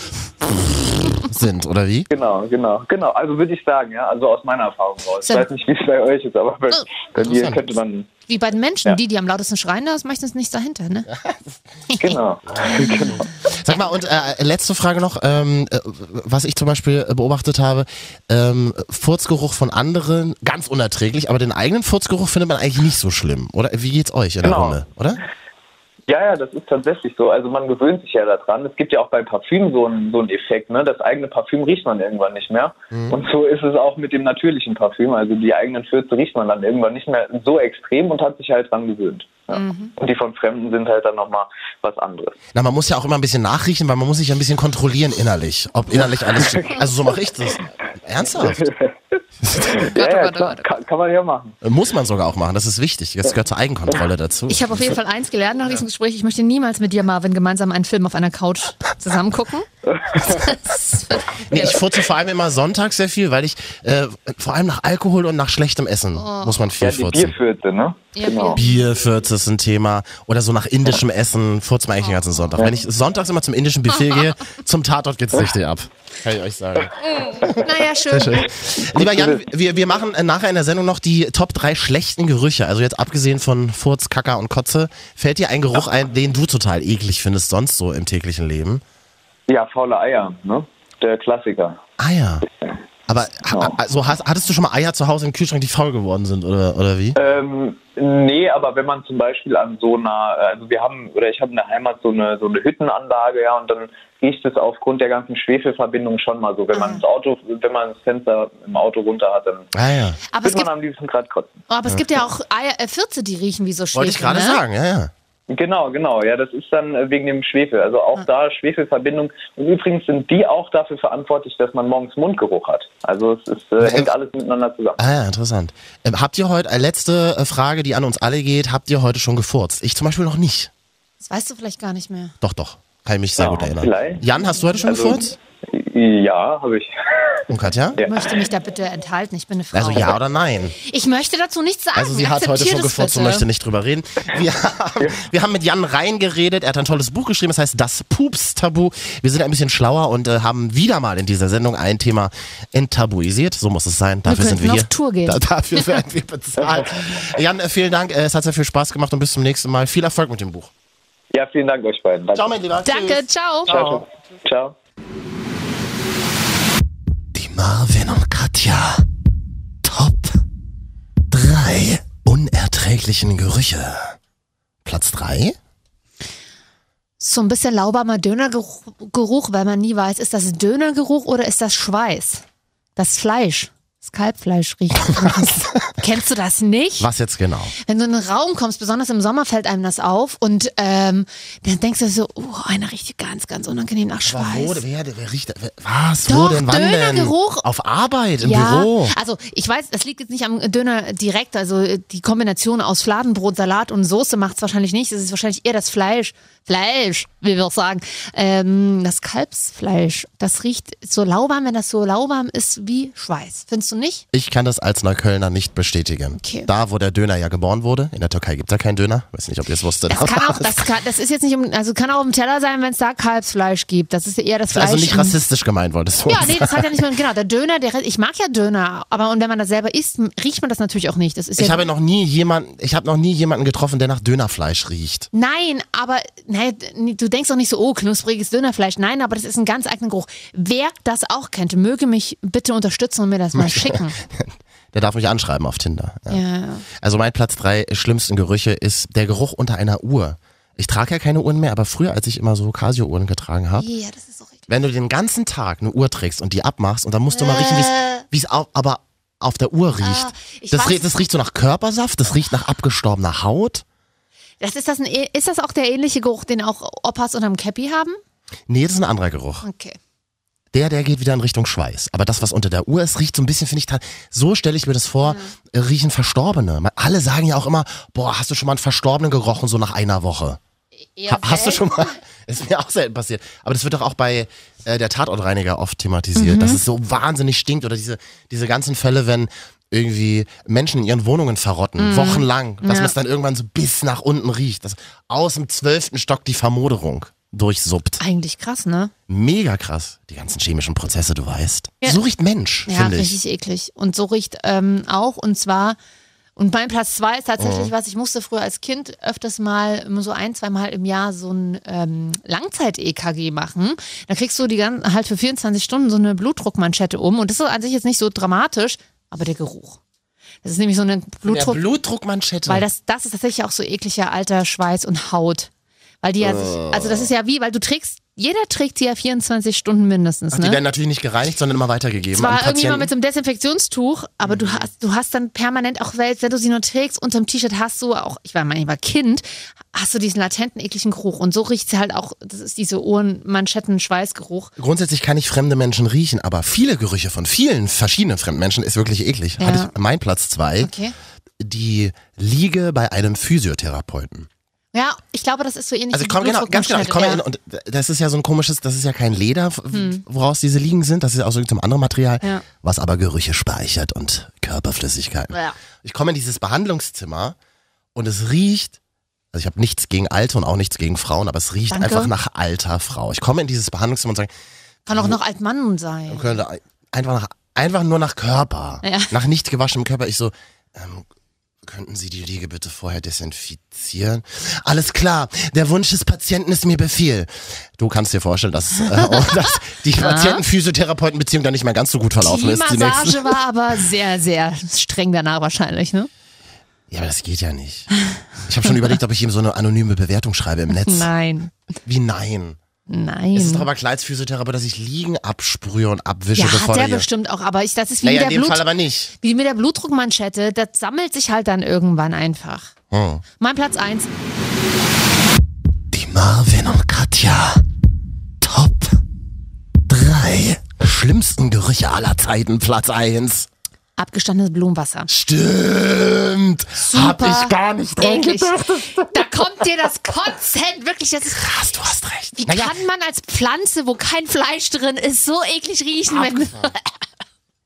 [SPEAKER 2] sind, oder wie?
[SPEAKER 9] Genau, genau, genau. Also würde ich sagen, ja, also aus meiner Erfahrung raus. Ich
[SPEAKER 3] Sind-
[SPEAKER 9] weiß nicht, wie es bei euch ist, aber bei, bei mir
[SPEAKER 2] interessant.
[SPEAKER 9] könnte man.
[SPEAKER 3] Wie bei den Menschen,
[SPEAKER 9] Ja.
[SPEAKER 3] die, die am lautesten schreien, da ist meistens nichts dahinter, ne?
[SPEAKER 9] Genau. genau.
[SPEAKER 2] Sag mal, und äh, letzte Frage noch, ähm, äh, was ich zum Beispiel äh, beobachtet habe, ähm, Furzgeruch von anderen, ganz unerträglich, aber den eigenen Furzgeruch findet man eigentlich nicht so schlimm, oder? Wie geht's euch in der
[SPEAKER 9] Genau.
[SPEAKER 2] Runde, oder?
[SPEAKER 9] Ja, ja, das ist tatsächlich so. Also man gewöhnt sich ja daran. Es gibt ja auch bei Parfüm so einen, so einen Effekt, ne? Das eigene Parfüm riecht man irgendwann nicht mehr. Und so ist es auch mit dem natürlichen Parfüm. Also die eigenen Fürze riecht man dann irgendwann nicht mehr so extrem und hat sich halt dran gewöhnt. Ja. Und die von Fremden sind halt dann nochmal was anderes.
[SPEAKER 2] Na, man muss ja auch immer ein bisschen nachriechen, weil man muss sich ja ein bisschen kontrollieren innerlich, ob innerlich alles stimmt. Also so mache ich das. Ernsthaft?
[SPEAKER 9] ja, ja,
[SPEAKER 3] Gott, oh
[SPEAKER 9] klar,
[SPEAKER 3] Gott.
[SPEAKER 9] kann, kann man ja machen.
[SPEAKER 2] Muss man sogar auch machen, das ist wichtig. Jetzt gehört zur Eigenkontrolle dazu.
[SPEAKER 3] Ich habe auf jeden Fall eins gelernt nach diesem Gespräch. Ich möchte niemals mit dir, Marvin, gemeinsam einen Film auf einer Couch zusammen gucken. Das wird-
[SPEAKER 2] Nee, ich furze vor allem immer sonntags sehr viel, weil ich äh, vor allem nach Alkohol und nach schlechtem Essen muss man viel
[SPEAKER 9] Ja, die
[SPEAKER 2] furzen.
[SPEAKER 9] Bierfürze, ne?
[SPEAKER 3] Ja,
[SPEAKER 9] genau.
[SPEAKER 2] Bierfürze ist ein Thema oder so nach indischem Essen furzt man eigentlich den ganzen Sonntag. Wenn ich sonntags immer zum indischen Buffet gehe, zum Tatort geht's richtig ab. Kann ich euch sagen.
[SPEAKER 3] naja, schön.
[SPEAKER 2] Lieber Jan, wir, wir machen äh, nachher in der Sendung noch die Top 3 schlechten Gerüche. Also jetzt abgesehen von Furz, Kacker und Kotze, fällt dir ein Geruch ein, den du total eklig findest sonst so im täglichen Leben?
[SPEAKER 9] Ja, faule Eier, ne? Der Klassiker.
[SPEAKER 2] Eier. Aber ha, also hast, hattest du schon mal Eier zu Hause im Kühlschrank, die faul geworden sind oder, oder wie?
[SPEAKER 9] Ähm, nee, aber wenn man zum Beispiel an so einer, also wir haben, oder ich habe in der Heimat so eine, so eine Hüttenanlage, ja, und dann riecht es aufgrund der ganzen Schwefelverbindung schon mal so. Wenn
[SPEAKER 3] Mhm.
[SPEAKER 9] man das Auto, wenn man das Fenster im Auto runter hat, dann
[SPEAKER 2] Eier.
[SPEAKER 3] Aber es
[SPEAKER 9] wird
[SPEAKER 3] gibt,
[SPEAKER 9] man am liebsten gerade kotzen.
[SPEAKER 3] aber es gibt ja auch Eier, äh, Fürze, die riechen wie so Schwefel.
[SPEAKER 2] Wollte ich gerade
[SPEAKER 3] ne?
[SPEAKER 2] sagen, ja, ja.
[SPEAKER 9] Genau, genau, ja, das ist dann äh, wegen dem Schwefel. Also auch da Schwefelverbindung. Und übrigens sind die auch dafür verantwortlich, dass man morgens Mundgeruch hat. Also es ist, äh, hängt alles miteinander zusammen.
[SPEAKER 2] Ah ja, interessant. Ähm, habt ihr heute, äh, letzte äh, Frage, die an uns alle geht, habt ihr heute schon gefurzt? Ich zum Beispiel noch nicht.
[SPEAKER 3] Das weißt du vielleicht gar nicht mehr.
[SPEAKER 2] Doch, doch. Kann ich mich sehr
[SPEAKER 9] Ja,
[SPEAKER 2] gut erinnern.
[SPEAKER 9] vielleicht. Also,
[SPEAKER 2] Jan, hast du heute schon gefurzt?
[SPEAKER 9] Ja, habe ich.
[SPEAKER 2] Und Katja?
[SPEAKER 3] Ich möchte mich da bitte enthalten. Ich bin eine Frau.
[SPEAKER 2] Also ja oder nein?
[SPEAKER 3] Ich möchte dazu nichts sagen.
[SPEAKER 2] Also sie hat heute
[SPEAKER 3] Akzeptier
[SPEAKER 2] schon
[SPEAKER 3] das
[SPEAKER 2] gefurzt und
[SPEAKER 3] bitte.
[SPEAKER 2] möchte nicht drüber reden. Wir haben, wir haben mit Jan reingeredet, er hat ein tolles Buch geschrieben, das heißt Das Pups-Tabu. Wir sind ein bisschen schlauer und äh, haben wieder mal in dieser Sendung ein Thema enttabuisiert. So muss es sein. Dafür sind
[SPEAKER 3] könnten
[SPEAKER 2] wir
[SPEAKER 3] auf
[SPEAKER 2] hier.
[SPEAKER 3] Tour gehen.
[SPEAKER 2] Da, dafür werden wir bezahlt. Jan, äh, vielen Dank. Äh, es hat sehr viel Spaß gemacht und bis zum nächsten Mal. Viel Erfolg mit dem Buch.
[SPEAKER 9] Ja, vielen Dank euch beiden. Danke.
[SPEAKER 2] Ciao, mein Lieber.
[SPEAKER 3] Danke, ciao.
[SPEAKER 9] Ciao. ciao. ciao.
[SPEAKER 2] Die Marvin und Katja. Top 3 unerträglichen Gerüche. Platz 3?
[SPEAKER 3] So ein bisschen lauwarmer Dönergeruch, Geruch, weil man nie weiß, ist das Dönergeruch oder ist das Schweiß? Das Fleisch. Das Kalbfleisch riecht. Kennst du das nicht?
[SPEAKER 2] Was jetzt genau?
[SPEAKER 3] Wenn du in einen Raum kommst, besonders im Sommer fällt einem das auf und ähm, dann denkst du so, oh, einer riecht ganz, ganz unangenehm nach
[SPEAKER 2] Wo,
[SPEAKER 3] Schweiß.
[SPEAKER 2] wer, wer riecht wer, Was? wo
[SPEAKER 3] Doch,
[SPEAKER 2] denn? Wann denn?
[SPEAKER 3] Dönergeruch.
[SPEAKER 2] Auf Arbeit, im
[SPEAKER 3] ja,
[SPEAKER 2] Büro.
[SPEAKER 3] also ich weiß, das liegt jetzt nicht am Döner direkt, also äh, die Kombination aus Fladenbrot, Salat und Soße macht es wahrscheinlich nicht, es ist wahrscheinlich eher das Fleisch, Fleisch, wie wir auch sagen, ähm, das Kalbsfleisch, das riecht so lauwarm, wenn das so lauwarm ist wie Schweiß. Findest du nicht?
[SPEAKER 2] Ich kann das als Neuköllner nicht bestätigen.
[SPEAKER 3] Okay.
[SPEAKER 2] Da, wo der Döner ja geboren wurde, in der Türkei gibt es ja keinen Döner. Weiß nicht, ob ihr es wusstet.
[SPEAKER 3] Das kann
[SPEAKER 2] aber-
[SPEAKER 3] auch, das, kann, das ist jetzt nicht um, also kann auch im Teller sein, wenn es da Kalbsfleisch gibt. Das ist ja eher das Fleisch.
[SPEAKER 2] also nicht
[SPEAKER 3] im-
[SPEAKER 2] rassistisch gemeint wolltest du.
[SPEAKER 3] Ja, nee, das hat ja nicht mehr. Genau, der Döner, der, ich mag ja Döner, aber und wenn man das selber isst, riecht man das natürlich auch nicht. Das ist ja
[SPEAKER 2] ich habe noch nie jemanden, ich habe noch nie jemanden getroffen, der nach Dönerfleisch riecht.
[SPEAKER 3] Nein, aber nein, du denkst doch nicht so, oh, knuspriges Dönerfleisch. Nein, aber das ist ein ganz eigener Geruch. Wer das auch kennt, möge mich bitte unterstützen und mir das mal schicken.
[SPEAKER 2] Der darf mich anschreiben auf Tinder. Ja.
[SPEAKER 3] Ja.
[SPEAKER 2] Also mein Platz drei schlimmsten Gerüche ist der Geruch unter einer Uhr. Ich trage ja keine Uhren mehr, aber früher, als ich immer so Casio-Uhren getragen habe,
[SPEAKER 3] ja, das ist doch richtig.
[SPEAKER 2] wenn du den ganzen Tag eine Uhr trägst und die abmachst und dann musst du mal riechen,
[SPEAKER 3] Äh. Ah,
[SPEAKER 2] wie es au- aber auf der Uhr riecht.
[SPEAKER 3] ich
[SPEAKER 2] das,
[SPEAKER 3] weiß-
[SPEAKER 2] riecht- das riecht so nach Körpersaft, das riecht nach abgestorbener Haut.
[SPEAKER 3] Das ist, das ein, ist das auch der ähnliche Geruch, den auch Opas unterm Käppi haben?
[SPEAKER 2] Nee, das ist ein anderer Geruch.
[SPEAKER 3] Okay.
[SPEAKER 2] Der, der geht wieder in Richtung Schweiß. Aber das, was unter der Uhr ist, riecht so ein bisschen, finde ich, ta- so stelle ich mir das vor, äh, riechen Verstorbene. Man- Alle sagen ja auch immer, boah, hast du schon mal einen Verstorbenen gerochen, so nach einer Woche? ha hast du schon mal? Ist mir auch selten passiert. Aber das wird doch auch bei äh, der Tatortreiniger oft thematisiert, dass es so wahnsinnig stinkt oder diese, diese ganzen Fälle, wenn irgendwie Menschen in ihren Wohnungen verrotten, wochenlang, dass man es dann irgendwann so bis nach unten riecht, dass aus dem zwölften Stock die Vermoderung durchsuppt.
[SPEAKER 3] Eigentlich krass, ne?
[SPEAKER 2] Mega krass, die ganzen chemischen Prozesse, du weißt. So riecht Mensch,
[SPEAKER 3] Ja,
[SPEAKER 2] finde ich.
[SPEAKER 3] richtig eklig. Und so riecht ähm, auch, und zwar, und mein Platz zwei ist tatsächlich
[SPEAKER 2] Oh.
[SPEAKER 3] was, ich musste früher als Kind öfters mal, immer so ein, zweimal im Jahr so ein ähm, Langzeit-EKG machen. Da kriegst du die ganzen, halt für 24 Stunden so eine Blutdruckmanschette um. Und das ist an sich jetzt nicht so dramatisch, aber der Geruch. Das ist nämlich so eine Blutdruck,
[SPEAKER 2] Der Blutdruckmanschette.
[SPEAKER 3] weil das, das ist tatsächlich auch so ekliger alter Schweiß und Haut. Weil die ja sich,
[SPEAKER 2] Oh.
[SPEAKER 3] also das ist ja wie, weil du trägst, jeder trägt die ja 24 Stunden mindestens,
[SPEAKER 2] Ach,
[SPEAKER 3] ne?
[SPEAKER 2] Die werden natürlich nicht gereinigt, sondern immer weitergegeben.
[SPEAKER 3] Es war
[SPEAKER 2] an
[SPEAKER 3] irgendwie mal
[SPEAKER 2] Patienten.
[SPEAKER 3] mit so einem Desinfektionstuch, aber du hast, du hast dann permanent auch, selbst wenn du sie nur trägst, unterm T-Shirt hast du auch, ich war mal, ich war Kind, hast du diesen latenten, ekligen Geruch. Und so riecht sie halt auch, das ist diese Ohrenmanschetten-Schweißgeruch.
[SPEAKER 2] Grundsätzlich kann ich fremde Menschen riechen, aber viele Gerüche von vielen verschiedenen fremden Menschen ist wirklich eklig.
[SPEAKER 3] Ja.
[SPEAKER 2] Hatte ich mein Platz zwei,
[SPEAKER 3] Okay.
[SPEAKER 2] die Liege bei einem Physiotherapeuten.
[SPEAKER 3] Ja, ich glaube, das ist so ähnlich.
[SPEAKER 2] Also
[SPEAKER 3] wie
[SPEAKER 2] ich komme genau, ganz genau, ich komme
[SPEAKER 3] Blutdruckmanschette,
[SPEAKER 2] in, und das ist ja so ein komisches, das ist ja kein Leder, w- woraus diese Liegen sind, das ist aus irgendeinem anderen Material,
[SPEAKER 3] Hm. Ja.
[SPEAKER 2] was aber Gerüche speichert und Körperflüssigkeiten.
[SPEAKER 3] Ja.
[SPEAKER 2] Ich komme in dieses Behandlungszimmer und es riecht, also ich habe nichts gegen Alte und auch nichts gegen Frauen, aber es riecht
[SPEAKER 3] Danke.
[SPEAKER 2] einfach nach alter Frau. Ich komme in dieses Behandlungszimmer und sage,
[SPEAKER 3] Kann auch noch Altmann sein.
[SPEAKER 2] könnte einfach, nach, einfach nur nach Körper,
[SPEAKER 3] Ja.
[SPEAKER 2] nach nicht gewaschenem Körper. Ich so, ähm, könnten Sie die Liege bitte vorher desinfizieren? Alles klar, der Wunsch des Patienten ist mir Befehl. Du kannst dir vorstellen, dass, äh, auch, dass die Patienten-Physiotherapeuten-Beziehung dann nicht mehr ganz so gut verlaufen
[SPEAKER 3] Die
[SPEAKER 2] ist. Die nächsten.
[SPEAKER 3] Massage war aber sehr, sehr streng danach wahrscheinlich, ne?
[SPEAKER 2] Ja, aber das geht ja nicht. Ich habe schon überlegt, ob ich ihm so eine anonyme Bewertung schreibe im Netz.
[SPEAKER 3] Nein.
[SPEAKER 2] Wie nein?
[SPEAKER 3] Nein.
[SPEAKER 2] Es ist doch aber klar als Physiotherapeut, dass ich Liegen absprühe und abwische,
[SPEAKER 3] ja,
[SPEAKER 2] bevor
[SPEAKER 3] hat der
[SPEAKER 2] ihr-
[SPEAKER 3] bestimmt auch, aber ich, das ist wie
[SPEAKER 2] Naja, in
[SPEAKER 3] der
[SPEAKER 2] dem
[SPEAKER 3] Blut.
[SPEAKER 2] Fall aber nicht.
[SPEAKER 3] Wie mit der Blutdruckmanschette, das sammelt sich halt dann irgendwann einfach.
[SPEAKER 2] Hm.
[SPEAKER 3] Mein Platz 1.
[SPEAKER 2] Die Marvin und Katja. Top 3. Schlimmsten Gerüche aller Zeiten, Platz 1.
[SPEAKER 3] Abgestandenes Blumenwasser.
[SPEAKER 2] Stimmt. Hab
[SPEAKER 3] Super
[SPEAKER 2] ich gar nicht dran
[SPEAKER 3] eklig.
[SPEAKER 2] gedacht.
[SPEAKER 3] Da kommt dir das Konzent wirklich. Das ist,
[SPEAKER 2] Krass, du hast recht.
[SPEAKER 3] wie
[SPEAKER 2] naja,
[SPEAKER 3] kann man als Pflanze, wo kein Fleisch drin ist, so eklig riechen? Wenn,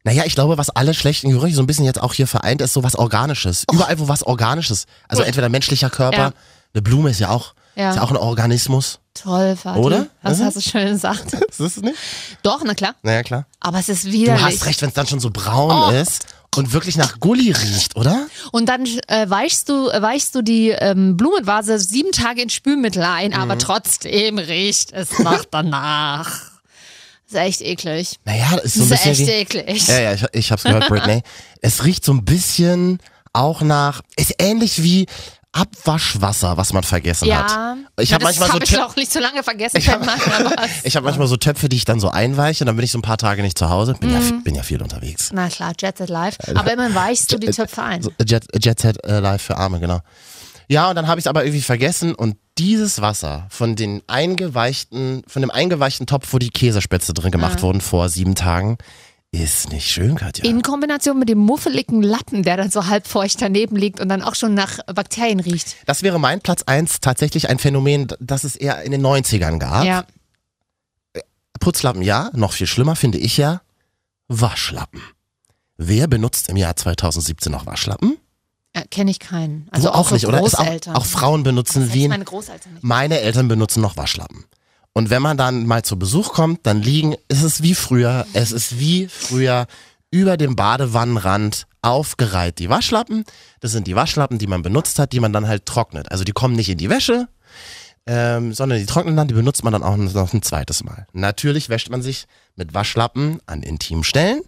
[SPEAKER 2] naja, ich glaube, was alle schlechten Gerüche so ein bisschen jetzt auch hier vereint, ist so was Organisches. Überall, wo was Organisches. Also entweder menschlicher Körper,
[SPEAKER 3] Ja.
[SPEAKER 2] eine Blume ist ja auch,
[SPEAKER 3] Ja.
[SPEAKER 2] Ist ja auch ein Organismus.
[SPEAKER 3] Toll, Vati.
[SPEAKER 2] Oder?
[SPEAKER 3] Das
[SPEAKER 2] Mhm.
[SPEAKER 3] hast du schön gesagt.
[SPEAKER 2] Ist es nicht?
[SPEAKER 3] Doch, na klar.
[SPEAKER 2] Naja, klar.
[SPEAKER 3] Aber es ist
[SPEAKER 2] Du
[SPEAKER 3] widerlich.
[SPEAKER 2] hast recht, wenn es dann schon so braun ist und wirklich nach Gulli riecht, oder?
[SPEAKER 3] Und dann äh, weichst, du, äh, weichst du die ähm, Blumenvase sieben Tage in Spülmittel ein,
[SPEAKER 2] Mhm.
[SPEAKER 3] aber trotzdem riecht es noch danach. Das ist echt eklig.
[SPEAKER 2] Naja, ist so
[SPEAKER 3] Das
[SPEAKER 2] ein
[SPEAKER 3] ist
[SPEAKER 2] bisschen.
[SPEAKER 3] echt
[SPEAKER 2] wie-
[SPEAKER 3] eklig.
[SPEAKER 2] Ja, ja, ich, ich hab's gehört, Britney. es riecht so ein bisschen auch nach, ist ähnlich wie Abwaschwasser, was man vergessen
[SPEAKER 3] Ja,
[SPEAKER 2] hat. Ich habe
[SPEAKER 3] Na, das
[SPEAKER 2] manchmal so
[SPEAKER 3] hab ich
[SPEAKER 2] Töpfe,
[SPEAKER 3] auch nicht so lange vergessen. Ich habe
[SPEAKER 2] ich hab manchmal so Töpfe, die ich dann so einweiche, dann bin ich so ein paar Tage nicht zu Hause. Bin, ja,
[SPEAKER 3] Mhm.
[SPEAKER 2] bin ja viel unterwegs.
[SPEAKER 3] Na klar, Jet Set Live. Aber immerhin weichst du die Töpfe ein.
[SPEAKER 2] So, Jet, Jet Set äh, Live für Arme, genau. Ja, und dann habe ich es aber irgendwie vergessen und dieses Wasser von den eingeweichten, von dem eingeweichten Topf, wo die Käsespätzle drin gemacht wurden vor sieben Tagen, ist nicht schön, Katja.
[SPEAKER 3] Ah. In Kombination mit dem muffeligen Lappen, der dann so halb feucht daneben liegt und dann auch schon nach Bakterien riecht.
[SPEAKER 2] Das wäre mein Platz 1 tatsächlich ein Phänomen, das es eher in den 90ern gab.
[SPEAKER 3] Ja.
[SPEAKER 2] Putzlappen ja, noch viel schlimmer finde ich ja, Waschlappen. Wer benutzt im Jahr 2017 noch Waschlappen?
[SPEAKER 3] Äh, Kenne ich keinen.
[SPEAKER 2] Du
[SPEAKER 3] Also auch, so
[SPEAKER 2] nicht, oder? Ist
[SPEAKER 3] Großeltern.
[SPEAKER 2] Auch, auch Frauen
[SPEAKER 3] Das
[SPEAKER 2] benutzen
[SPEAKER 3] hätte ich
[SPEAKER 2] wie
[SPEAKER 3] meine Großeltern nicht.
[SPEAKER 2] Meine Eltern benutzen noch Waschlappen. Und wenn man dann mal zu Besuch kommt, dann liegen, es ist wie früher, es ist wie früher über dem Badewannenrand aufgereiht die Waschlappen. Das sind die Waschlappen, die man benutzt hat, die man dann halt trocknet. Also die kommen nicht in die Wäsche, ähm, sondern die trocknen dann, die benutzt man dann auch noch ein zweites Mal. Natürlich wäscht man sich mit Waschlappen an intimen Stellen.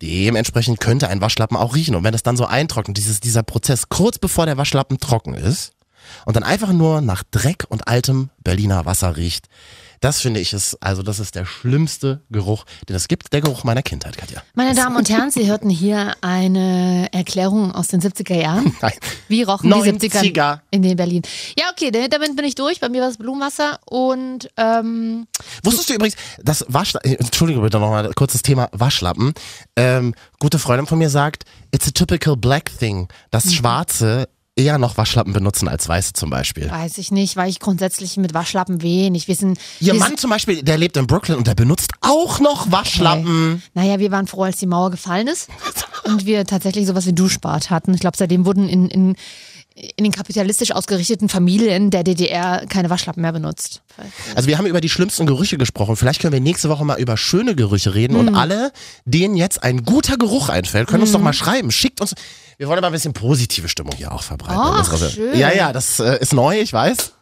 [SPEAKER 2] Dementsprechend könnte ein Waschlappen auch riechen. Und wenn das dann so eintrocknet, dieses, dieser Prozess kurz bevor der Waschlappen trocken ist und dann einfach nur nach Dreck und altem Berliner Wasser riecht, das finde ich ist, also das ist der schlimmste Geruch, den es gibt. Der Geruch meiner Kindheit, Katja.
[SPEAKER 3] Meine Damen und Herren, Sie hörten hier eine Erklärung aus den 70er Jahren.
[SPEAKER 2] Nein.
[SPEAKER 3] Wie rochen die 70er
[SPEAKER 2] 90er.
[SPEAKER 3] in den Berlin? Ja, okay, damit damit bin ich durch. Bei mir war es Blumenwasser und ähm,
[SPEAKER 2] Wusstest du übrigens, dass Waschlappen, entschuldige bitte nochmal, kurzes Thema Waschlappen. Ähm, gute Freundin von mir sagt, it's a typical black thing, dass Schwarze eher noch Waschlappen benutzen als Weiße zum Beispiel.
[SPEAKER 3] weiß ich nicht, weil ich grundsätzlich mit Waschlappen wenig. Wir sind,
[SPEAKER 2] Ihr
[SPEAKER 3] wir
[SPEAKER 2] Mann zum Beispiel, der lebt in Brooklyn und der benutzt auch noch Waschlappen.
[SPEAKER 3] Naja, wir waren froh, als die Mauer gefallen ist und wir tatsächlich sowas wie Duschbad hatten. Ich glaube, seitdem wurden in, in, in den kapitalistisch ausgerichteten Familien der DDR keine Waschlappen mehr benutzt.
[SPEAKER 2] Also wir haben über die schlimmsten Gerüche gesprochen. Vielleicht können wir nächste Woche mal über schöne Gerüche reden
[SPEAKER 3] Mhm.
[SPEAKER 2] und alle, denen jetzt ein guter Geruch einfällt, können uns doch mal schreiben. Schickt uns. Wir wollen mal ein bisschen positive Stimmung hier auch verbreiten. in
[SPEAKER 3] Ach,
[SPEAKER 2] unserer-
[SPEAKER 3] schön.
[SPEAKER 2] Ja, ja, das äh, ist neu, ich weiß.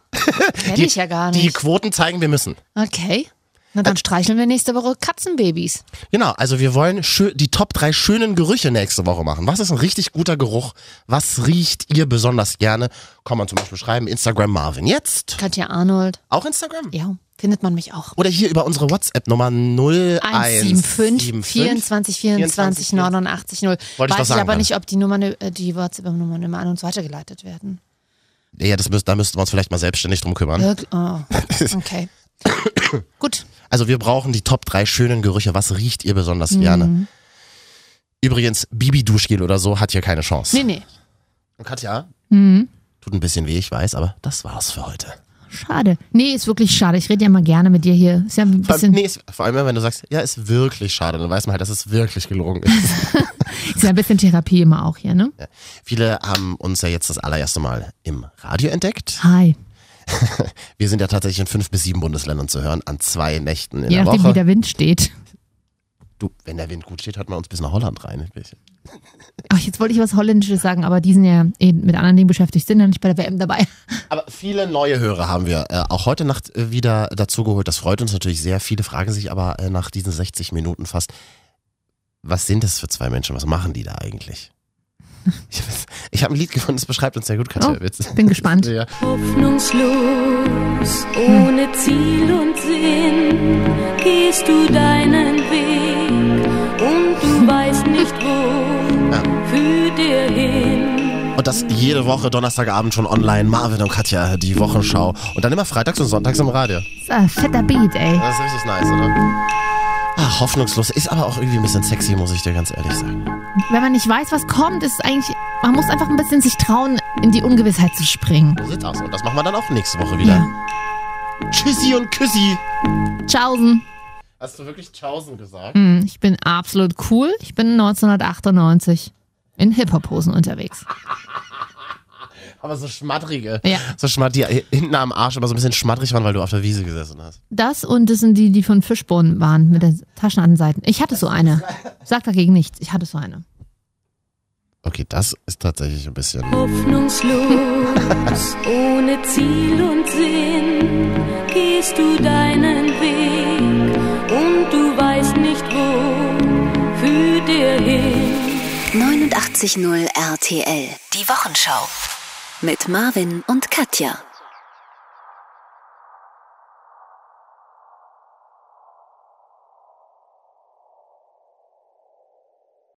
[SPEAKER 3] Kenne ich ja gar
[SPEAKER 2] Die
[SPEAKER 3] nicht.
[SPEAKER 2] Quoten zeigen, wir müssen.
[SPEAKER 3] Okay. Na dann streicheln wir nächste Woche Katzenbabys.
[SPEAKER 2] Genau, also wir wollen schö- die Top 3 schönen Gerüche nächste Woche machen. Was ist ein richtig guter Geruch? Was riecht ihr besonders gerne? Kann man zum Beispiel schreiben, Instagram Marvin jetzt.
[SPEAKER 3] Katja Arnold.
[SPEAKER 2] Auch Instagram?
[SPEAKER 3] Ja, findet man mich auch.
[SPEAKER 2] Oder hier über unsere WhatsApp-Nummer
[SPEAKER 3] 175
[SPEAKER 2] 0175
[SPEAKER 3] 24 24 89 0.
[SPEAKER 2] Wollte ich doch
[SPEAKER 3] Weiß ich
[SPEAKER 2] sagen
[SPEAKER 3] aber
[SPEAKER 2] gerade.
[SPEAKER 3] nicht, ob die Nummern, äh, die WhatsApp-Nummern immer an uns weitergeleitet werden.
[SPEAKER 2] Ja, das müsst, da müssten wir uns vielleicht mal selbstständig drum kümmern.
[SPEAKER 3] Wirklich? Oh. Okay. Gut.
[SPEAKER 2] Also wir brauchen die Top 3 schönen Gerüche. Was riecht ihr besonders
[SPEAKER 10] Mhm.
[SPEAKER 2] gerne? Übrigens, Bibi-Duschgel oder so hat hier keine Chance.
[SPEAKER 3] Nee, nee.
[SPEAKER 2] Und Katja,
[SPEAKER 10] Mhm.
[SPEAKER 2] tut ein bisschen weh, ich weiß, aber das war's für heute.
[SPEAKER 10] Schade. Nee, ist wirklich schade. Ich rede ja mal gerne mit dir hier. Ist ja ein
[SPEAKER 2] Vor allem,
[SPEAKER 10] bisschen,
[SPEAKER 2] nee, ist, vor allem, wenn du sagst, ja, ist wirklich schade, dann weiß man halt, dass es wirklich gelogen ist.
[SPEAKER 10] ist ja ein bisschen Therapie immer auch hier, ne?
[SPEAKER 2] Viele haben uns ja jetzt das allererste Mal im Radio entdeckt.
[SPEAKER 10] Hi.
[SPEAKER 2] Wir sind ja tatsächlich in fünf bis sieben Bundesländern zu hören, an zwei Nächten in
[SPEAKER 10] Je
[SPEAKER 2] der
[SPEAKER 10] nachdem, wie
[SPEAKER 2] Woche.
[SPEAKER 10] der Wind steht.
[SPEAKER 2] Du, wenn der Wind gut steht, hört man uns bis nach Holland rein.
[SPEAKER 10] Ach, jetzt wollte ich was Holländisches sagen, aber die sind ja eh mit anderen Dingen beschäftigt, sind ja nicht bei der WM dabei.
[SPEAKER 2] Aber viele neue Hörer haben wir äh, auch heute Nacht äh, wieder dazu geholt. Das freut uns natürlich sehr. Viele fragen sich aber äh, nach diesen 60 Minuten fast, was sind das für zwei Menschen? Was machen die da eigentlich? Ich, weiß- ich habe ein Lied gefunden, das beschreibt uns sehr gut, Katja.
[SPEAKER 10] Oh, bin gespannt.
[SPEAKER 2] Ja.
[SPEAKER 11] Hoffnungslos, ohne Ziel und Sinn, gehst du deinen Weg und du weißt nicht wo, führ dir hin.
[SPEAKER 2] Und das jede Woche Donnerstagabend schon online. Marvin und Katja, die Wochenschau. Und dann immer freitags und sonntags im Radio.
[SPEAKER 10] Ist ein fetter Beat, ey.
[SPEAKER 2] Das ist richtig nice, oder? Ach, hoffnungslos. Ist aber auch irgendwie ein bisschen sexy, muss ich dir ganz ehrlich sagen.
[SPEAKER 10] Wenn man nicht weiß, was kommt, ist es eigentlich, man muss einfach ein bisschen sich trauen, in die Ungewissheit zu springen.
[SPEAKER 2] So sieht's aus. Und das machen wir dann auch nächste Woche wieder. Tschüssi und Küssi.
[SPEAKER 10] Tschaußen.
[SPEAKER 2] Hast du wirklich Tschaußen gesagt?
[SPEAKER 10] Hm, Ich bin absolut cool. Ich bin 1998 in Hip-Hop-Hosen unterwegs.
[SPEAKER 2] Aber so schmattrige.
[SPEAKER 10] Ja.
[SPEAKER 2] So schmatt, die hinten am Arsch aber so ein bisschen schmattrig waren, weil du auf der Wiese gesessen hast.
[SPEAKER 10] Das und das sind die, die von Fischbohnen waren, mit den Taschen an den Seiten. Ich hatte so eine. Sag dagegen nichts. Ich hatte so eine.
[SPEAKER 2] Okay, das ist tatsächlich ein bisschen.
[SPEAKER 11] Hoffnungslos, ohne Ziel und Sinn, gehst du deinen Weg und du weißt nicht wo, führ dir hin.
[SPEAKER 1] 89.0 RTL. Die Wochenschau. Mit Marvin und Katja.